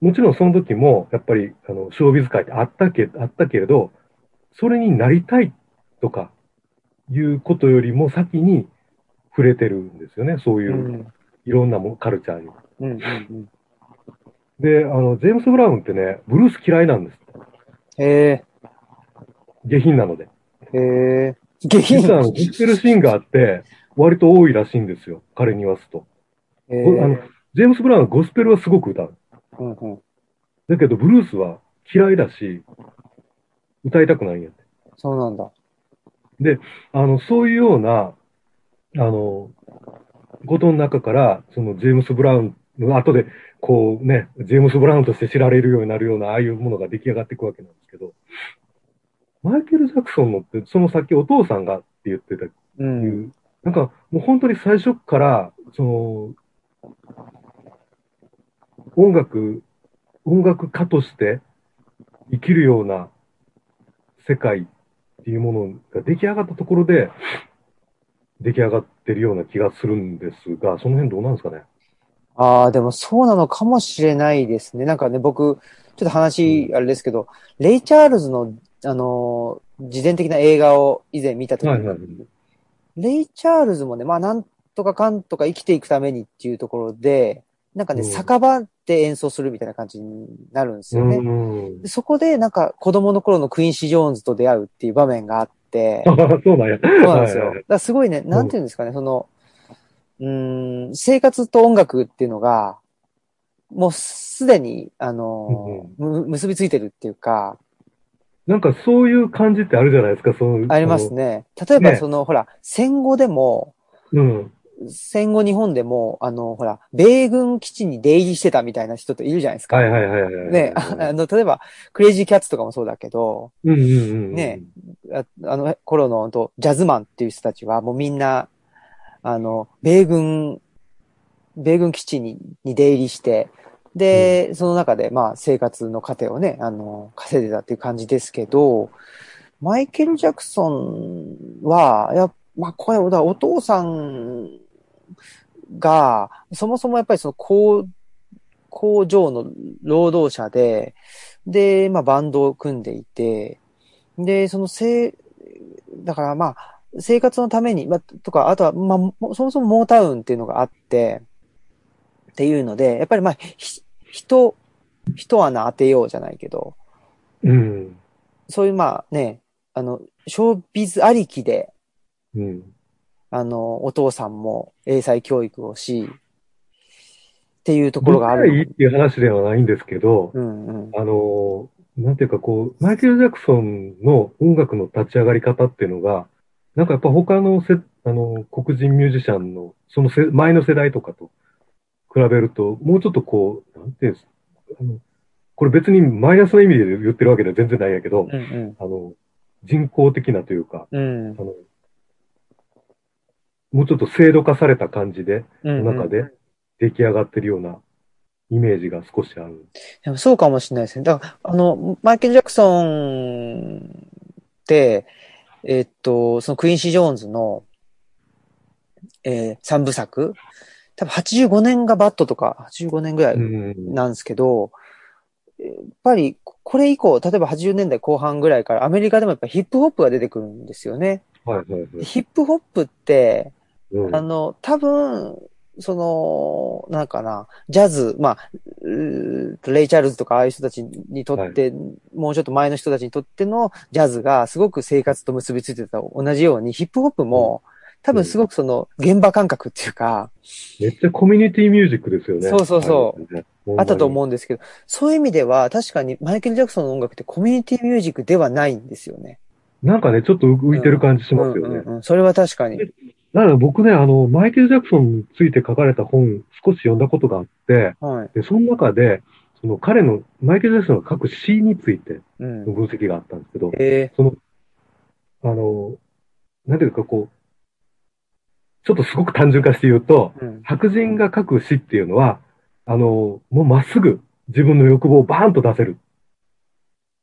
もちろんその時も、やっぱり、あの、ショービズ界ってあったけ、あったけれど、それになりたいとか、いうことよりも先に触れてるんですよね、そういうう。
ん。
いろんなもんカルチャーに。
うん。うんうん。
で、あの、ジェームス・ブラウンってね、ブルース嫌いなんです。
へ
下品なので。
え、へえ。下品
実は、ゴスペルシンガーって、割と多いらしいんですよ。彼に言わすと。
へ
ごあの
え。
ジェームス・ブラウンはゴスペルはすごく歌う。
うんうん。
だけど、ブルースは嫌いだし、歌いたくないんやって。
そうなんだ。
で、あの、そういうような、あの、ことの中から、そのジェームス・ブラウンの後で、こうね、ジェームス・ブラウンとして知られるようになるような、ああいうものが出来上がっていくわけなんですけど、マイケル・ジャクソンのって、そのさっきお父さんがって言ってた
う
ってい
ん。
う、なんかもう本当に最初から、その、音楽、音楽家として生きるような世界っていうものが出来上がったところで、出来上がってるような気がするんですが、その辺どうなんですかね。
ああ、でもそうなのかもしれないですね。なんかね、僕、ちょっと話、あれですけど、レイ・チャールズの、あのー、自伝的な映画を以前見たとき
はい
に
はい、
レイ・チャールズもね、まあ、なんとかかんとか生きていくためにっていうところで、なんかね、
うん
酒場で演奏するみたいな感じになるんですよね。
うん
で。そこで、なんか、子供の頃のクイン・シー・ジョーンズと出会うっていう場面があって、
そうなんや。
そうなんですよ。
はい
だからすごいね、なんていうんですかね、その、うーん、生活と音楽っていうのが、もうすでに、あのー、む結びついてるっていうか、
なんかそういう感じってあるじゃないですか、その。
ありますね。例えば、
ね
その、ほら、戦後でも、
その。うん。
戦後日本でも、あの、ほら、米軍基地に出入りしてたみたいな人っているじゃないですか。
はいはいはいはい。
ね、あの、例えば、クレイジーキャッツとかもそうだけど、
うんうんうんうん。
ねああの頃のほんとジャズマンっていう人たちはもうみんな、あの、米軍、米軍基地にに出入りして、で、その中でまあ生活の糧をね、あの、稼いでたっていう感じですけど、マイケル・ジャクソンは、やっまあこれ、だからお父さんが、そもそもやっぱりその工工場の労働者で、で、まあバンドを組んでいて、で、そのせ、だからまあ、生活のために、まあ、とか、あとは、まあ、もそもそもモータウンっていうのがあって、っていうので、やっぱりまあ、ひ、人、人穴当てようじゃないけど、
うん。
そういうまあね、あの、ショービズありきで、
うん。
あの、お父さんも英才教育をし、っていうところがあ
僕がいい
る。
っていう話ではないんですけど、
うんうん。
あの、なんていうかこう、マイケル・ジャクソンの音楽の立ち上がり方っていうのが、なんかやっぱ他のせあの黒人ミュージシャンの、そのせ前の世代とかと比べると、もうちょっとこう、なんていうんですあのこれ別にマイナスの意味で言ってるわけでは全然ないんやけど、
うん
あの、人工的なというか、
うん。うん
あの、もうちょっと制度化された感じで、
うん。
の中で出来上がってるようなイメージが少しある。
でもそうかもしれないですね。だから、あの、マイケル・ジャクソンって、えっと、そのクインシー・ジョーンズの、えー、三部作、多分85年がバットとか、85年ぐらい
うん
なんですけど、やっぱりこれ以降、例えば80年代後半ぐらいからアメリカでもやっぱヒップホップが出てくるんですよね。
はいはいはい。
ヒップホップって、
うん
あの、多分、その、なんかな、ジャズ、まあ、うーレイ・チャールズとかああいう人たちにとって、もうちょっと前の人たちにとってのジャズがすごく生活と結びついてた同じように、ヒップホップも、多分すごくその現場感覚っていうか、
めっちゃコミュニティミュージックですよね。
そうそうそう
う
あったと思うんですけど、そういう意味では確かにマイケル・ジャクソンの音楽ってコミュニティミュージックではないんですよね。
う。なんかね、ちょっと浮いてる感じしますよ
うん
ね
う。んうん。それは確かに。
だから僕ね、あの、マイケル・ジャクソンについて書かれた本、少し読んだことがあって、
はい。
で、その中で、その彼の、マイケル・ジャクソンが書く詩について
うん
の。分析があったんですけど、
え
あの、なんていうかこう、ちょっとすごく単純化して言うと、
ーうん。
白人が書く詩っていうのは、あの、もうまっすぐ自分の欲望をバーンと出せる。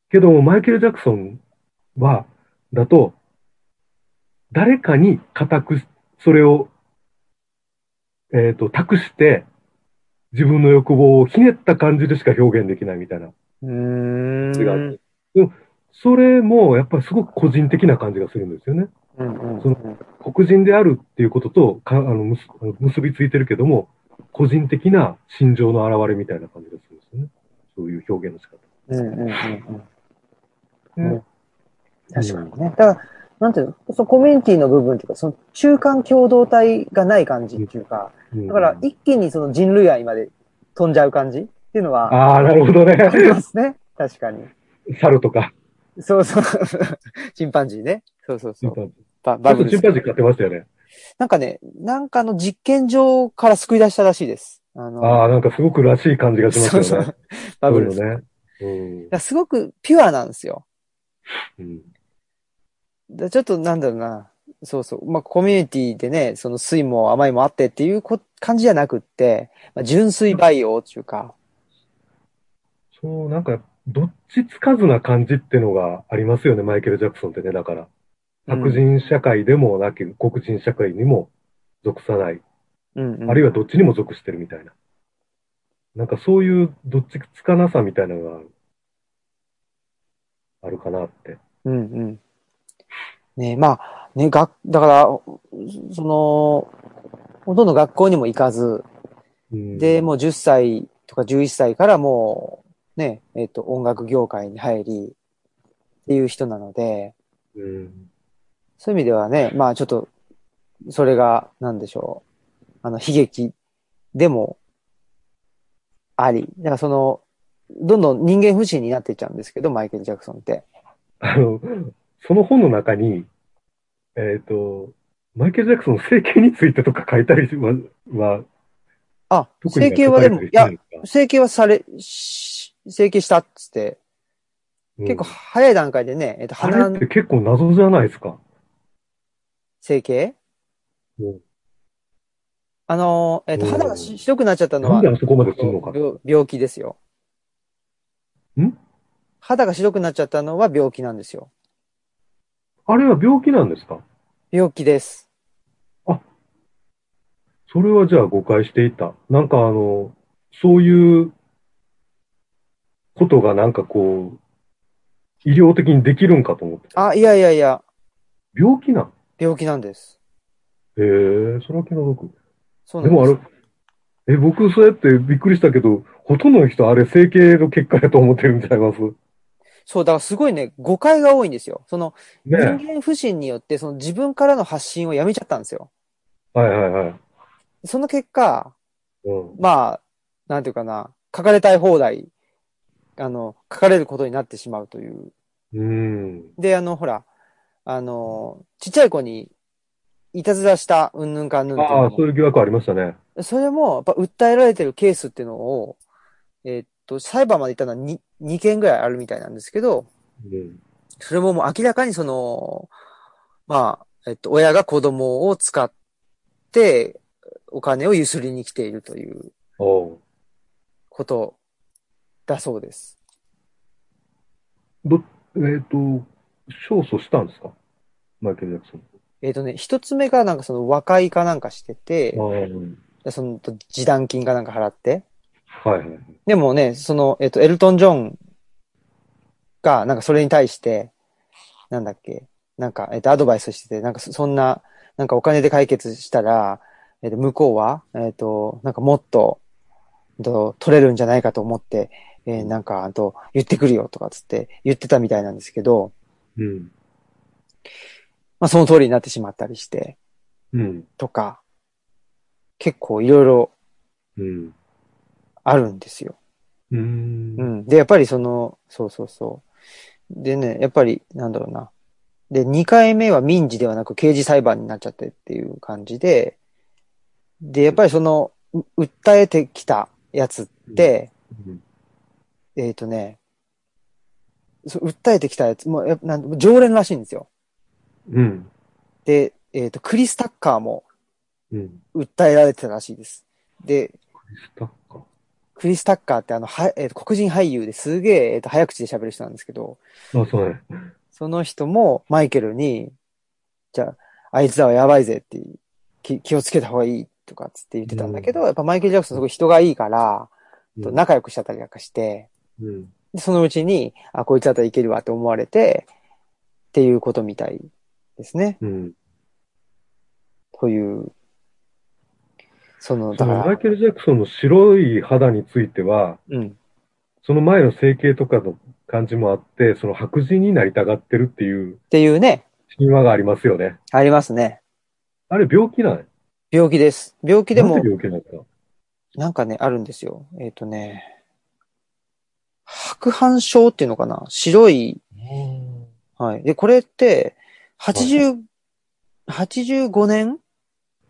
けども、マイケル・ジャクソンは、だと、誰かに固く、それを、えっ、と、託して、自分の欲望をひねった感じでしか表現できないみたいな。
うーん。
違うそれも、やっぱりすごく個人的な感じがするんですよね。
うんうん
そ
うん
の黒人であるっていうこととかあの結結びついてるけども、個人的な心情の表れみたいな感じがするんですよね。そういう表現の仕方。
うんうんうんうん。
ね
確かにね。だから、なんていうの、そのコミュニティの部分っていうか、その中間共同体がない感じっていうか、
うん
だから一気にその人類愛まで飛んじゃう感じっていうのは、
ああ、なるほどね
あ。りますね。確かに。
猿とか。
そうそう。 チンパンジーね。そうそう
チ
そ
ン
う。
パンジー。
バ
ちょ
バ
っ
グ
と
ル
チン
ス
パンジー飼ってましたよね。
なんかね、なんかの実験場から救い出したらしいです。あの、
ああ、なんかすごくらしい感じがしますよ
そ
ね。
うそうバグルス。
そう
だか
よね。うん
らすごくピュアなんですよ。
うん。
だちょっとなんだろうな。そうそう。まあ、コミュニティでね、その酸いも甘いもあってっていうこ感じじゃなくって、まあ、純粋培養っていうか、
そう、なんか、どっちつかずな感じってのがありますよね、マイケル・ジャクソンってね、だから。
うん
白人社会でもなき、黒人社会にも属さない、
うん、うん。
あるいはどっちにも属してるみたいな。なんかそういうどっちつかなさみたいなのがあるかなって。
うんうん。ねまあ、ね、学、だから、その、ほとんど学校にも行かず、
うん
で、もう10歳とか11歳からもう、ね、えっ、と、音楽業界に入り、っていう人なので、
うん
そういう意味ではね、まあちょっと、それが、なんでしょう、あの、悲劇でも、あり。だからその、どんどん人間不信になっていっちゃうんですけど、マイケル・ジャクソンって。
あの、その本の中に、えっ、と、マイケル・ジャクソンの整形についてとか書いたりは、は
あ、
特に
整形はでも、
書
い
か
や
れたりしてない、ですか
整形はされ、し整形したっつって、
うん
結構早い段階でね、えっと、
あれ
鼻
っ
の
て結構謎じゃないですか。
整形
うん
あのー、えっと、
うん
肌がし白くなっちゃったの
な
は
んで、あそこまでするのか。
病病気ですよ。
ん
肌が白くなっちゃったのは病気なんですよ。
あれは病気なんですか
病気です。
それはじゃあ誤解していた。なんかあの、そういうことがなんかこう、医療的にできるんかと思ってた。
あ、いやいやいや、
病気なん
病気なんです。
へえ、それは気の毒。
そう
で
なんです。
もあれ、え、僕そうやってびっくりしたけど、ほとんどの人あれ整形の結果やと思ってるんちゃいます
そう、だからすごいね、誤解が多いんですよ。その、
ね
人間不信によって、その自分からの発信をやめちゃったんですよ。
え。はいはいはい。
その結果、
うん。
まあ、なんていうかな、書かれたい放題、あの、書かれることになってしまうという。
うん。
で、あの、ほら、あの、ちっちゃい子に、いたずらした、うんぬんかんぬんっていう
あ
の
あ、そういう疑惑ありましたね。
もそれも、やっぱ訴えられてるケースっていうのを、えっと、裁判まで行ったのは 2, 2件ぐらいあるみたいなんですけど、
うん。
それももう明らかにその、まあ、えっと、親が子供を使って、お金をゆすりに来ているという。
おう
ことだそうです。
ど、えっ、と、勝訴したんですかマイケル・ジャクソン。
えっ、とね、一つ目がなんかその和解かなんかしてて、
あ
その示談金かなんか払って。
あ、はいはい。
でもね、その、えっ、と、エルトン・ジョンが、なんかそれに対して、なんだっけ、なんか、えっ、と、アドバイスしてて、なんかそそんな、なんかお金で解決したら、えっ、と、向こうは、えっ、と、なんかもっと、えっと取れるんじゃないかと思って、えーなんか、あと、言ってくるよとかつって言ってたみたいなんですけど、
うん。
まあその通りになってしまったりして、
うん。
とか、結構いろいろ
うん。
あるんですよ。
う。
うんん。で、やっぱりその、そうそうそう。でね、やっぱり、なんだろうな。で、2回目は民事ではなく刑事裁判になっちゃってっていう感じで、で、やっぱりその、う訴えてきたやつって、えっ、とね、そう訴えてきたやつ、もうやっぱなん常連らしいんですよ。
うん。
で、えっ、と、クリス・タッカーも
うん。
訴えられてたらしいです。で、
クリスタッカー。
クリス・タッカーってあの、は、えーと、黒人俳優ですげえ、えーと、早口で喋る人なんですけど、
あ、そうね。
その人もマイケルに、じゃあ、あいつらはやばいぜって、き気をつけた方がいいとかっつって言ってたんだけど、やっぱマイケル・ジャクソンすごい人がいいから、と仲良くしちゃったりなんかして、
うん。
でそのうちに、あ、こいつだったらいけるわって思われて、っていうことみたいですね。
うん。
という、その、
そ
だか
のマ
ら
イ、ケル・ジャクソンの白い肌については、
うん、
その前の整形とかの感じもあって、その白人になりたがってるっていう
っていうね、
神話がありますよね。
ありますね。
あれ病気なん
病気です。病気でも
なん、で病気なんですか
なんかね、あるんですよ。えっ、とね、白斑症っていうのかな白い、はい。で、これって、80、85年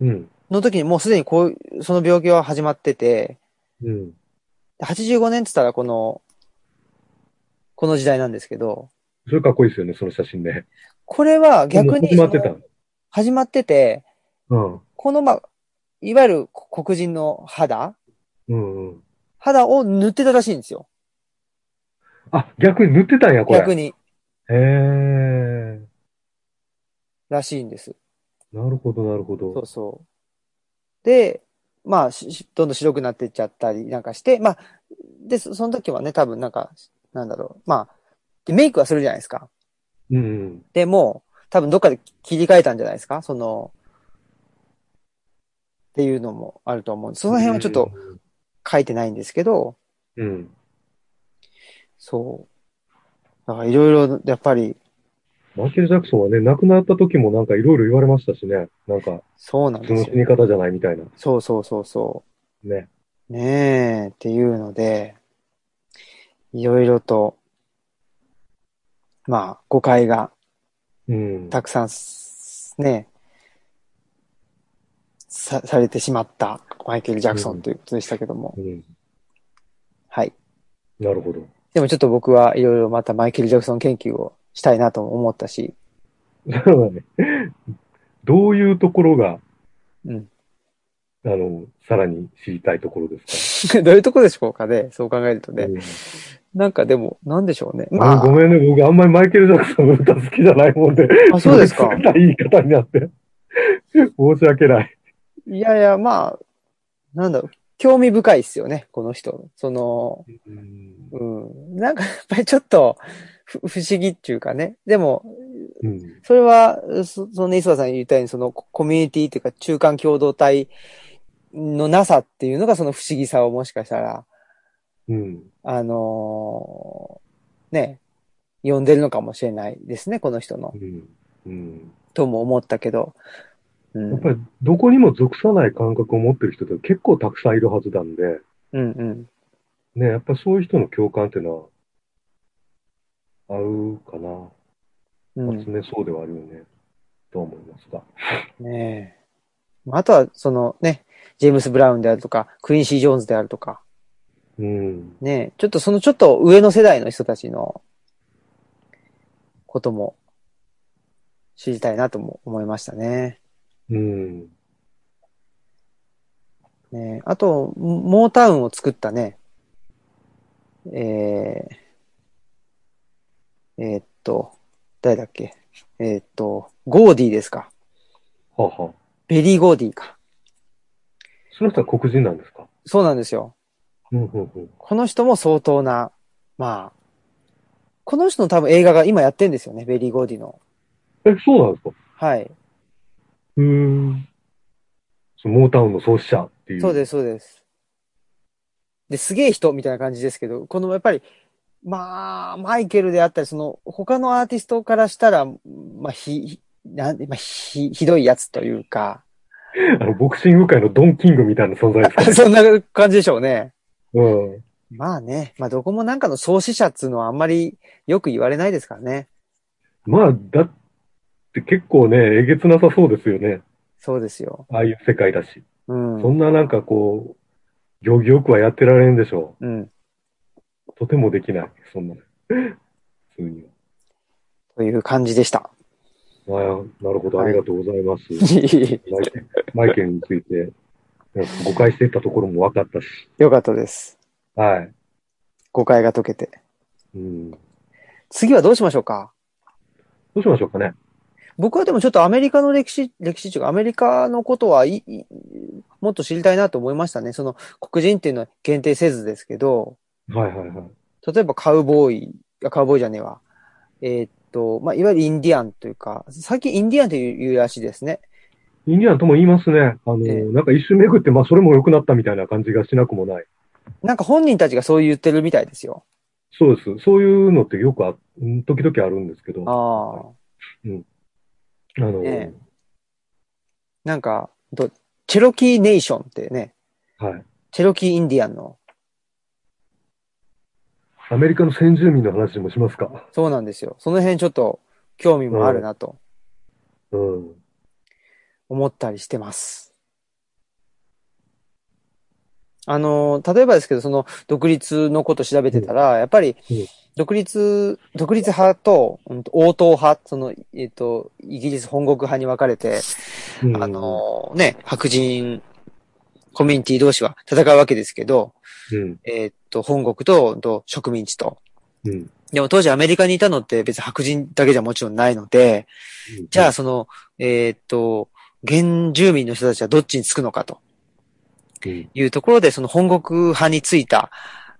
うん。
の時にもうすでにこういう、その病気は始まってて、
うん。
で85年って言ったらこの、この時代なんですけど、
それかっこいいですよね、その写真ね。
これは逆に
もう始まってた。
始まってて、
うん。
このまあ、いわゆる黒人の肌
うんうん。
肌を塗ってたらしいんですよ。
あ、逆に塗ってたんや、これ。
逆に。
へえ。
らしいんです。
なるほど、なるほ
そう
ど。
そう。で、まあ、ししどんどん白くなっていっちゃったりなんかして、まあ、で、そその時はね、多分なんか、なんだろう。まあ、でメイクはするじゃないですか。
うんうん。
でも、多分どっかで切り替えたんじゃないですかその、っていうのもあると思うんです。その辺はちょっと書いてないんですけど、
うん。うん。
そう。だからいろいろ、やっぱり、
マイケル・ジャクソンはね、亡くなった時もなんかいろいろ言われましたしね。なんか、
そうなん
そ
で
の
す
死
よ、
に方じゃないみたいな。
そうそうそうそ
ね。
う。ねえ、っていうので、いろいろと、まあ、誤解が
うん。
たくさんす、ね、さ、されてしまったマイケル・ジャクソンということでしたけども。
うん。
はい。
なるほど。
でもちょっと僕はいろいろまたマイケル・ジャクソン研究をしたいなと思ったし、
そうだね。どういうところが、
うん。
あの、さらに知りたいところです
どういうとこでしょうかね、そう考えると
か、
ね。なんかでも、なんでしょうね。
あ
ま
のごめんね、僕あんまりマイケル・ジャクソンの歌好きじゃないもんで。
あ、あ、そうですか。
冷たい言い方になって。申し訳ない。
いやいや、まあ、なんだろう、興味深いっすよね、この人。その、うん。なんかやっぱりちょっと、ふ不思議っていうかね。でも、
うん。
それは、そそのね、磯田さんが言ったように、そのココミュニティっていうか中間共同体のなさっていうのがその不思議さをもしかしたら、
うん。
あのーね、呼んでるのかもしれないですね、この人の
う。ん。うん。
とも思ったけど。う
や
ん
っぱり、どこにも属さない感覚を持ってる人って結構たくさんいるはずなんで、
うんうん。
ね、やっぱりそういう人の共感っていうのは、合うかな。
うん
集めそうではあるよね。と思いますが。
ねえ。まああとは、そのね、ジェームス・ブラウンであるとか、クインシー・ジョーンズであるとか、
うん。
ねえ、ちょっとそのちょっと上の世代の人たちのことも知りたいなとも思いましたね。
うん。
ねえあと、モータウンを作ったね、えー、えーっと、誰だっけえーっと、ゴーディーですか。
はあ、はあ、
ベリー・ゴーディーか。
その人は黒人なんですか
そうなんですよ。
うん、うん、うん。
この人も相当な、まあ、この人の多分映画が今やってんですよね、ベリー・ゴーディの。
え、そうなんですか
はい。
うーん。そのモータウンの創始者っていう。
そうです、そうです。で、すげえ人みたいな感じですけど、このやっぱり、まあ、マイケルであったり、その、他のアーティストからしたら、まあ、ひ、なんまあ、ひ、ひどいやつというか、
あの、ボクシング界のドン・キングみたいな存在ですか、ね、
そんな感じでしょうね。
うん。
まあね、まあどこもなんかの創始者っつうのはあんまりよく言われないですからね。
まあ、だって結構ね、えげつなさそうですよね。
そうですよ。
ああいう世界だし。
うん。
そんななんかこう、行儀よくはやってられんでしょ
うん。
う。とてもできない。そんな。普通に
という感じでした。
は。ああ、なるほど。ありがとうございます。マイケルマイケルについて、なんか誤解していたところも分かったし。
よかったです。
はい。
誤解が解けて。
うん。ど
次はどうしましょうか
うしましょうかね。
僕はでもちょっとアメリカの歴史、歴史中アメリカのことはいいもっと知りたいなと思いましたね。その黒人っていうのは限定せずですけど、
はいはいはい。
例えばカウボーイ、あカウボーイじゃねえわ。えーっと、まあ、いわゆるインディアンというか、最近インディアンという言うらしいですね。
インディアンとも言いますね。あの、
ええ
なんか一周巡って、まあそれも良くなったみたいな感じがしなくもない。
なんか本人たちがそう言ってるみたいですよ。
そうです。そういうのってよくあ、うん時々あるんですけど、
あ
あ
あ。
の、
えなんか、どチェロキーネーションってね、
はい。
チェロキーインディアンの、
アメリカの先住民の話もしますか。
そうなんですよ。その辺ちょっと興味もあるなと
うん。
思ったりしてます。あの、例えばですけど、その、独立のこと調べてたら、やっぱり
うん、
独立、独立派と、うんと応答派、その、えっ、と、イギリス本国派に分かれて、
うん
あ、の、ね、白人、コミュニティ同士は戦うわけですけど、
うん。
えっ、と、本国とうんと植民地と。
うん。
でも当時アメリカにいたのって別に白人だけじゃもちろんないので、じゃあ、その、えーっと、原住民の人たちはどっちにつくのかと
うん。
いうところで、その本国派についた、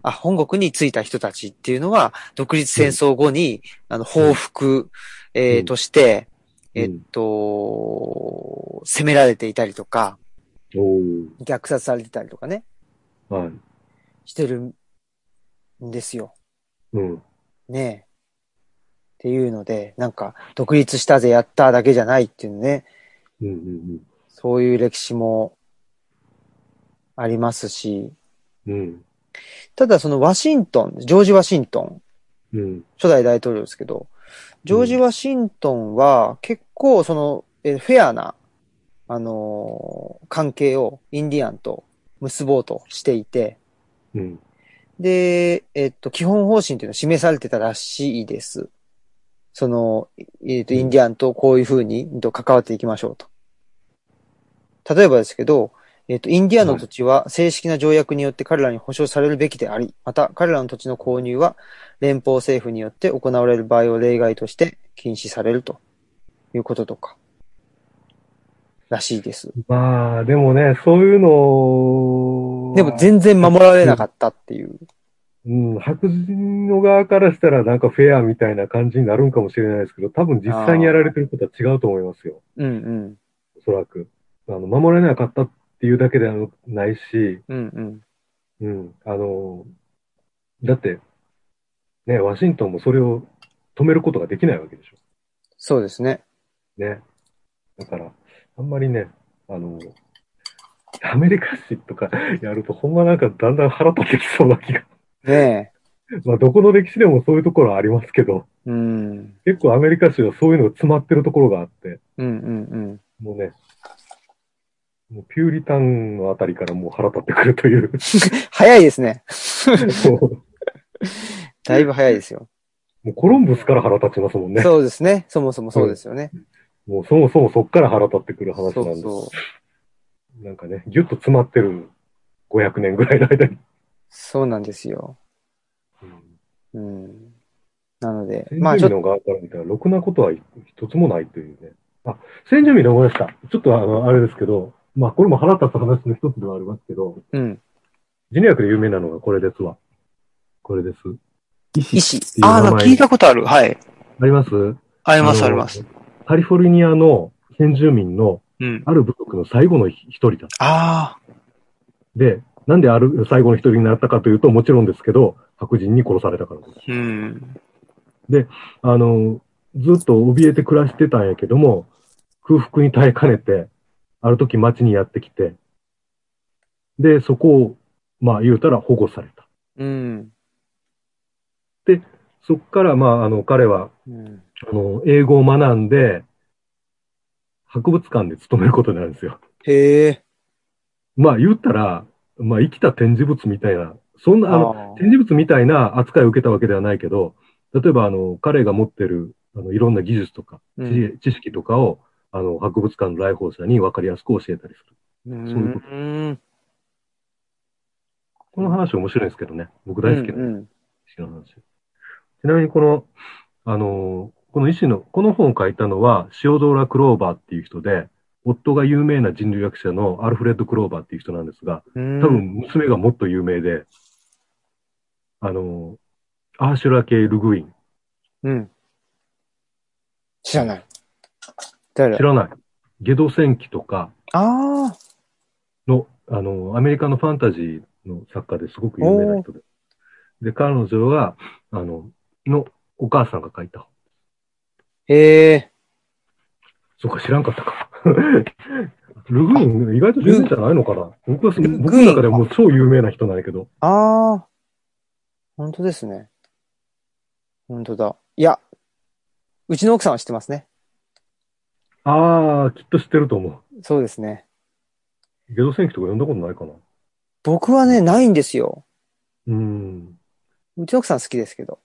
あ、本国についた人たちっていうのは、独立戦争後に、あの、報復、えー
うん
として、
うん
えーっと、攻められていたりとか、
お
虐殺されてたりとかね、
ーはい。
してるんですよ。
うん。
ねえ。っていうので、なんか、独立したぜ、やっただけじゃないっていうね、
うん。うん
そういう歴史もありますし、
うん。うん。
ただそのワシントン、ジョージ・ワシントン、
うん。
初代大統領ですけど、ジョージ・ワシントンは結構その、えフェアな、あのー関係をインディアンと結ぼうとしていて、
うん。
で、えっと、基本方針っていうのを示されてたらしいです。その、えっと、
うん
インディアンとこういうふうにうんと関わっていきましょうと。例えばですけど、えっと、インディアンの土地は正式な条約によって彼らに保障されるべきであり、また彼らの土地の購入は連邦政府によって行われる場合を例外として禁止されるということとか、らしいです。
まあ、でもね、そういうの
でも全然守られなかったっていう。
うん、白人の側からしたらなんかフェアみたいな感じになるんかもしれないですけど、多分実際にやられてることは違うと思いますよ。
うんうん。
おそらく。あの、守れなかったっていうだけではないし、
うんうん。
うん、あの、だって、ね、ワシントンもそれを止めることができないわけでし
そうですね。
ょ。ね。だから、あんまりね、あの、アメリカ史とかやるとほんまなんかだんだん腹立ってきそうな気が。
ね
まあ、どこの歴史でもそういうところはありますけど、
え。うん。
結構アメリカ史はそういうのが詰まってるところがあって、
うんうん
もうね、もうピューリタンのあたりからもう腹立ってくる という、
うん。早いですね。
もう
だいぶ早いですよ。
もうコロンブスから腹立ちますもんね。
そうですね。そもそもそうですよね。
もうそもそもそっから腹立ってくる話
そ
なん
う
で、
そう。
なんかね、ぎゅっと詰まってる500年ぐらいの間に。
そうなんですよ。うん。なので、ま
ま
あ
あ、
ち
先
ょっと、
住民の側から見たら、ろくなことは一つもないというね。あ、先住民で思い出した。ちょっとあの、あれですけど、まあ、これも腹立つ話の一つではありますけど、
うん。
ジュニアクで有名なのがこれですわ。これです。
医師
て。いう
ああ、な
名前
んか聞いたことある。はい。
あります
あります、
の
あります。。
カリフォルニアの先住民の
うん。
ある部族の最後の一人だ。
ああ、
で、なんである最後の一人になったかというと、もちろんですけど、白人に殺されたからです。
うん。
あの、ずっと怯えて暮らしてたんやけども、空腹に耐えかねて、ある時町にやってきて、で、そこを、まあ言うたら保護された。
うん。
そっから、まあ、あの、彼は、
うん。
あの、英語を学んで、博物館で勤めることになるんですよ。
へえ。
まあ言ったら、まあ生きた展示物みたいな、そんな、あの、
あー
展示物みたいな扱いを受けたわけではないけど、例えばあの、彼が持ってる、あの、いろんな技術とか、
う
知
ん
恵知識とかを、あの、博物館の来訪者に分かりやすく教えたりする。
うん。
この話面白いですけどね。僕大好き
う
なん石の話。ちなみにこの、あの、この石の、この本を書いたのは、塩ドーラ・クローバーっていう人で、夫が有名な人類学者のアルフレッド・クローバーっていう人なんですが、
うん。
多分娘がもっと有名で、あの、アーシュラ系ルグイン。
うん。知らない。誰
知らない。ゲド戦記とか
ああ、
の、あの、アメリカのファンタジーの作家ですごく有名な人で。で、彼女が、あの、のお母さんが書いた。
へえ。
そうか、知らんかったか。 ルグイン、意外と有名じゃないのかな僕は、
ルグイン
僕の中ではもう超有名な人なんやけど。
ああ、本当ですね。本当だ。いや、うちの奥さんは知ってますね。
ああ、きっと知ってると思
そうですね。
う。ゲド戦記とか読んだことないかな。
僕はね、ないんですよ。
うん。
うちの奥さん好きですけど。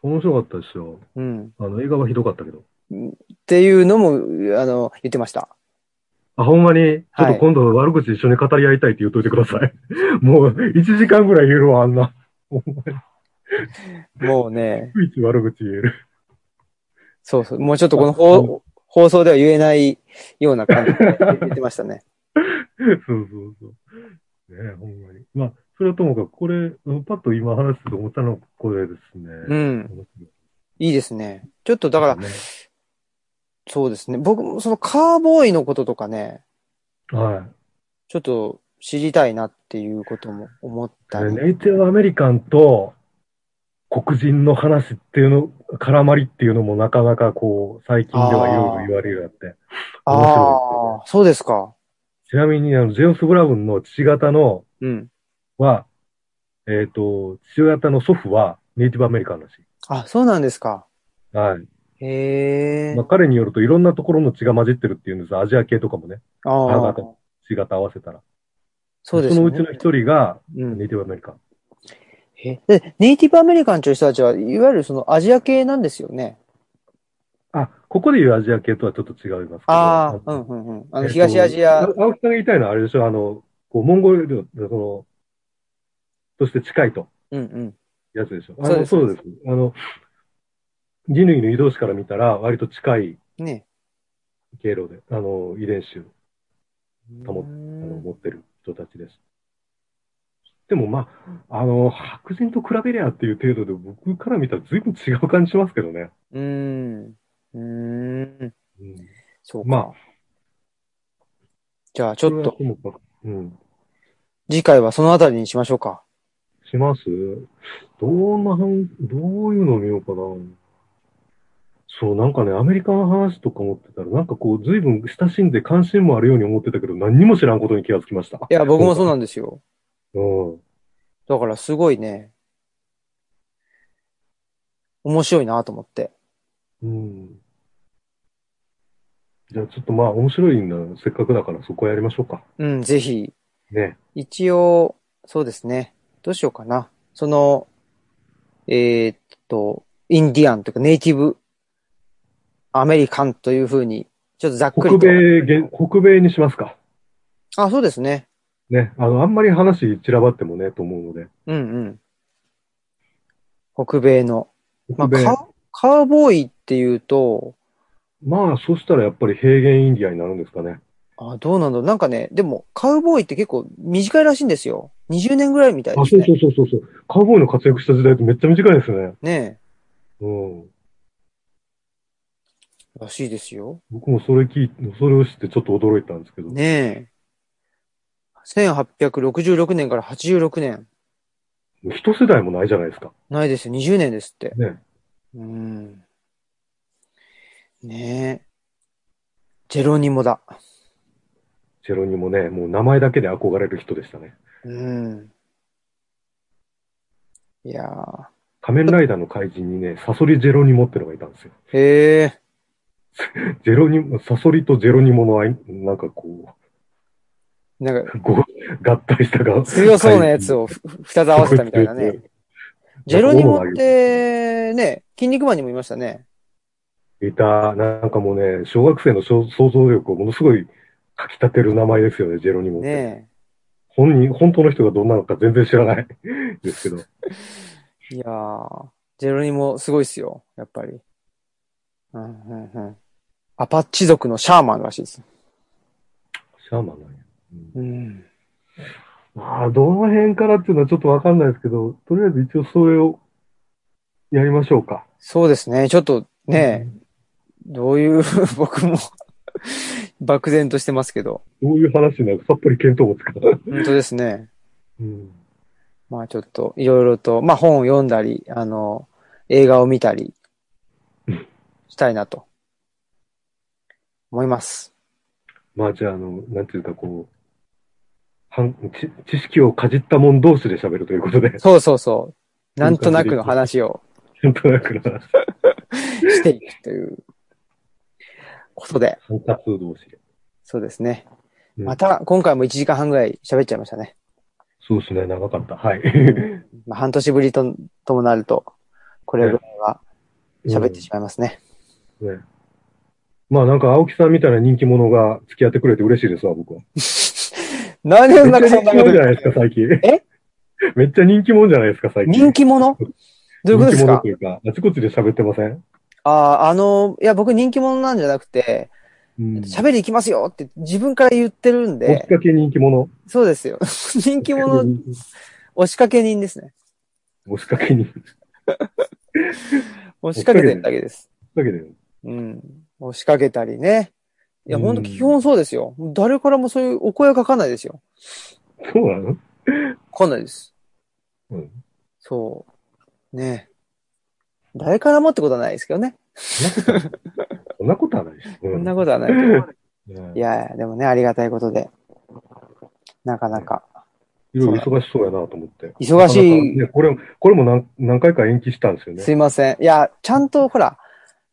面白かったですよ。
うん。っ
あの、映画はひどかったけど。
ていうのも、あの、言ってました。
あ、ほんまに、ちょっ
は
と
い
今度悪口一緒に語り合いたいって言っといてください。 もう、1時間ぐらい言えるわ、あんな。ほんまに、
もうね、
唯一悪口言える。
そうそう。もうちょっとこの放放送では言えないような感じ で言ってましたね。
そうそうそう。ねえほんまに。まあ、それはともかく、これ、うんパッと今話してて思ったのはこれですね。
う
面
ん。
白い
いいですね。ちょっとだから、
です
そうですね。僕もそのカーボーイのこととかね、
ねはい。
ちょっと知りたいなっていうことも思ったり。
ネイティブアメリカンと黒人の話っていうの、絡まりっていうのもなかなかこう、最近ではいろいろ言われるようになって。面白いですよ
ああ、そうですか。
ちなみに、あの、ジェームス・ブラウンの父方の、
うん。
は、えっ、と、父方の祖父はネイティブアメリカンらしい。
あ、そうなんですか。
はい。
へえ。
まあ、彼によるといろんなところの血が混じってるっていうんです。アジア系とかもね。
あ
長
あ
かっ、血型合わせたら。
そうですね。
のうちの一人が
うん
ネイティブアメリカン。
えでネイティブアメリカンという人たちは、いわゆるそのアジア系なんですよね。
あ、ここで言うアジア系とはちょっと違いますけど。
ああ、う
の
んうんうん。あの、
えっと
東アジア。
あ青木さんが言いたいのはあれでしょ、あの、こう、モンゴル領、その、として近いと、
うんうん。
やつでしょ。
そう
あ
で
の
す
そうです。あの、人類の移動史から見たら、割と近い
ね。
経路で、あの、遺伝子を保っ
うー
あの
ん
持ってる人たちです。でも、まあ、あの、白人と比べりゃっていう程度で、僕から見たら随分違う感じしますけどね。
うーん。うーん。
うん、
そうか。
まあ、
じゃあ、ちょっと
そ、れはもかく。うん。
次回はそのあたりにしましょうか。
しますどんな話、どういうのを見ようかな。そう、なんかね、アメリカの話とか思ってたら、なんかこう、随分親しんで関心もあるように思ってたけど、何にも知らんことに気がつきました。
いや、僕もそうなんんですよ。
うん。
だから、すごいね、面白いなと思って。
うん。じゃあちょっとまあ、面白いんだよ。せっかくだから、そこやりましょうか。
うん、ぜひ、
ね。
一応、そうですね。どうしようかな。その、えーっと、インディアンというかネイティブアメリカンというふうに、ちょっとざっく
北
りと。
米、げ北米にしますか。
あ、そうですね。
ね。あの、あんまり話散らばってもね、と思うので。
うんうん。北米の。ま
北
あ、
米。
カウカウボーイっていうと、
まあ、そしたらやっぱり平原インディアになるんですかね。
あ、どうなんだろう。なんかね、でも、カウボーイって結構短いらしいんですよ。20年ぐらいみたい
あ、
です
そう
ね。
そうそうそうそう。カウボーイの活躍した時代ってめっちゃ短いですね。
ね
うん。
え。らしいですよ。
僕もそれ聞いそれを知ってちょっと驚いたんですけど。
ねえ。1866年から86年。
一世代もないじゃないですか。
ないですよ。20年ですって。
ね。
うん。ねえ。ジェロニモだ。
チェロニもね、もう名前だけで憧れる人でしたね。
うん。いやー。
仮面ライダーの怪人にね、サソリジェロニモってのがいたんですよ。
へえ。
ジェロニモ、サソリとジェロニモのあい、なんかこ
なんか、
う、 ご合体したが。
強そうなやつをふふ二つ合わせたみたい なね。。ジェロニモって、ね、筋肉マンにもいましたね。
いた、なんかもうね、小学生の想想像力をものすごいかき立てる名前ですよね、ジェロニモって。
ね
本人、本当の人がどんなのか全然知らないですけど。
え。いやー、ジェロニモすごいっすよ、やっぱり。うん、うん、うん。アパッチ族のシャーマンらしいです。
シャーマンなんや。うん
うん。
まあ、どの辺からっていうのはちょっとわかんないですけど、とりあえず一応それをやりましょうか。
そうですね、ちょっとね、どう いう、僕も、漠然としてますけど。
どういう話なのかさっぱり見当もつかない。
本当ですね。
うん。
まあちょっと、いろいろと、まあ本を読んだり、あの、映画を見たり
うん、
したいなと、思います。
まあじゃあ、あの、なんていうかこう、はん知知識をかじったもん同士で喋るということで、
そうそうそう。なんとなくの話を。
なんとなくの話
していくということで、
三多数同士で。
そうですね。
うん
また、今回も1時間半ぐらい喋っちゃいましたね。
そうですね、長かった。はい。
まあ、半年ぶりと、ともなると、これぐらいは 喋ってしまいますね。
うんねまあなんか青木さんみたいな人気者が付き合ってくれて嬉しいですわ、僕は。
何でなんかそんなこ
め
と
っちゃ人気者じゃないですか、最近。
え
めっちゃ人気者じゃないですか、最近。
人気者どういうことです
人気者
か
というか、あちこちで喋ってません
ああ、あの、いや、僕人気者なんじゃなくて、
うん
喋り行きますよって自分から言ってるん
追っ
で、
かけ人気者。
そうですよ。 人気者、
押
押しかけ人ですね。
しかけ人。押し
押しかけてるだけです。
かけてる。
うん。押しかけたりね。いや、
うん
ほんと基本そうですよ。誰からもそういうお声はかかんないですよ。
そうなの
かんないです。
うん。
そう。ね誰からもってことはないですけどね。
そんなことはないです。
そ
そ
んなことはないけ ど。
ね
いやいや、でもね、ありがたいことで。なかなか。
いろいろ忙しそうやなと思って。
忙しい
なかなかねこれも、これも何何回か延期したんですよね
す。いません。いや、ちゃんとほら、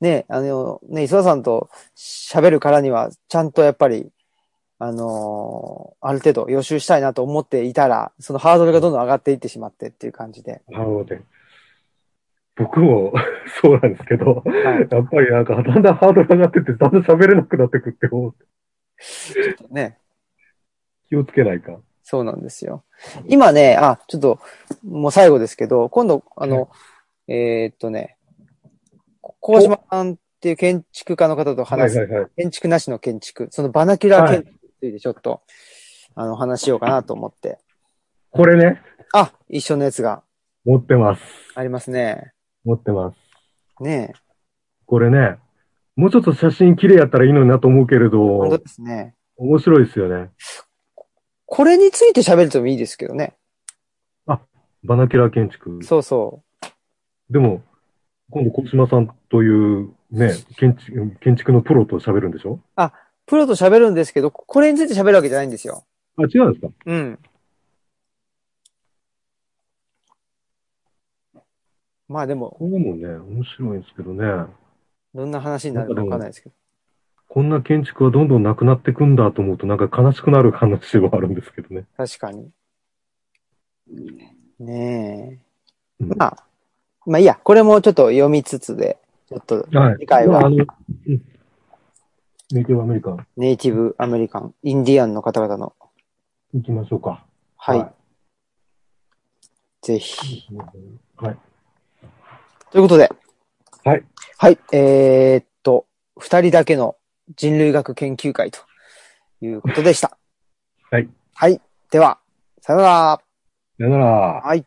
ね、あの、ね、磯田さんと喋るからには、ちゃんとやっぱり、あのーある程度予習したいなと思っていたら、そのハードルがどんどん上がっていってしまってっていう感じで。
なるほどね。僕も そうなんですけど、
はい。
やっぱりなんかだんだんハードル上がってって、だんだん喋れなくなってくって思う、
ね。
気をつけないか。
そうなんですよ。今ね、あ、ちょっと、もう最後ですけど、今度、あの、えーっとね、高島さんっていう建築家の方と
はい
話す
はいはい。
建築なしの建築、そのバナキュラー建築についてちょっと、あの、話しようかなと思って。
これね、
あ、一緒のやつが
持ってます。
ありますね。
持ってます。
ねえ。
これね、もうちょっと写真綺麗やったらいいのになと思うけれ
本当
ど
で、すね。
面白いですよね。
これについて喋るともいいですけどね。
バナキュラー建築。
そうそ
でも、今度小島さんというね、建築建築のプロと喋るんでしょ
う。プロと喋るんですけど、これについて喋るわけじゃないんですよ。
あ、違うんですか
うん。まあでも、
これもね、面白いんですけどね。
どんな話になるかわかんないですけど。
こんな建築はどんどんなくなってくんだと思うと、なんか悲しくなる話ではあるんですけどね。
確かに。ねえ。
うん
まあ、まあいいや、これもちょっと読みつつで、ちょっと
はい。
次回は
まああの、うんネイティブアメリカン
ネイティブアメリカン、インディアンの方々の、
行きましょうか。
はい、
は
ぜひ。
はい。
ということで。
はい。
はい、えーっと、二人だけの人類学研究会ということでした。
はい。
はい。では、さよなら。
さよなら。
はい。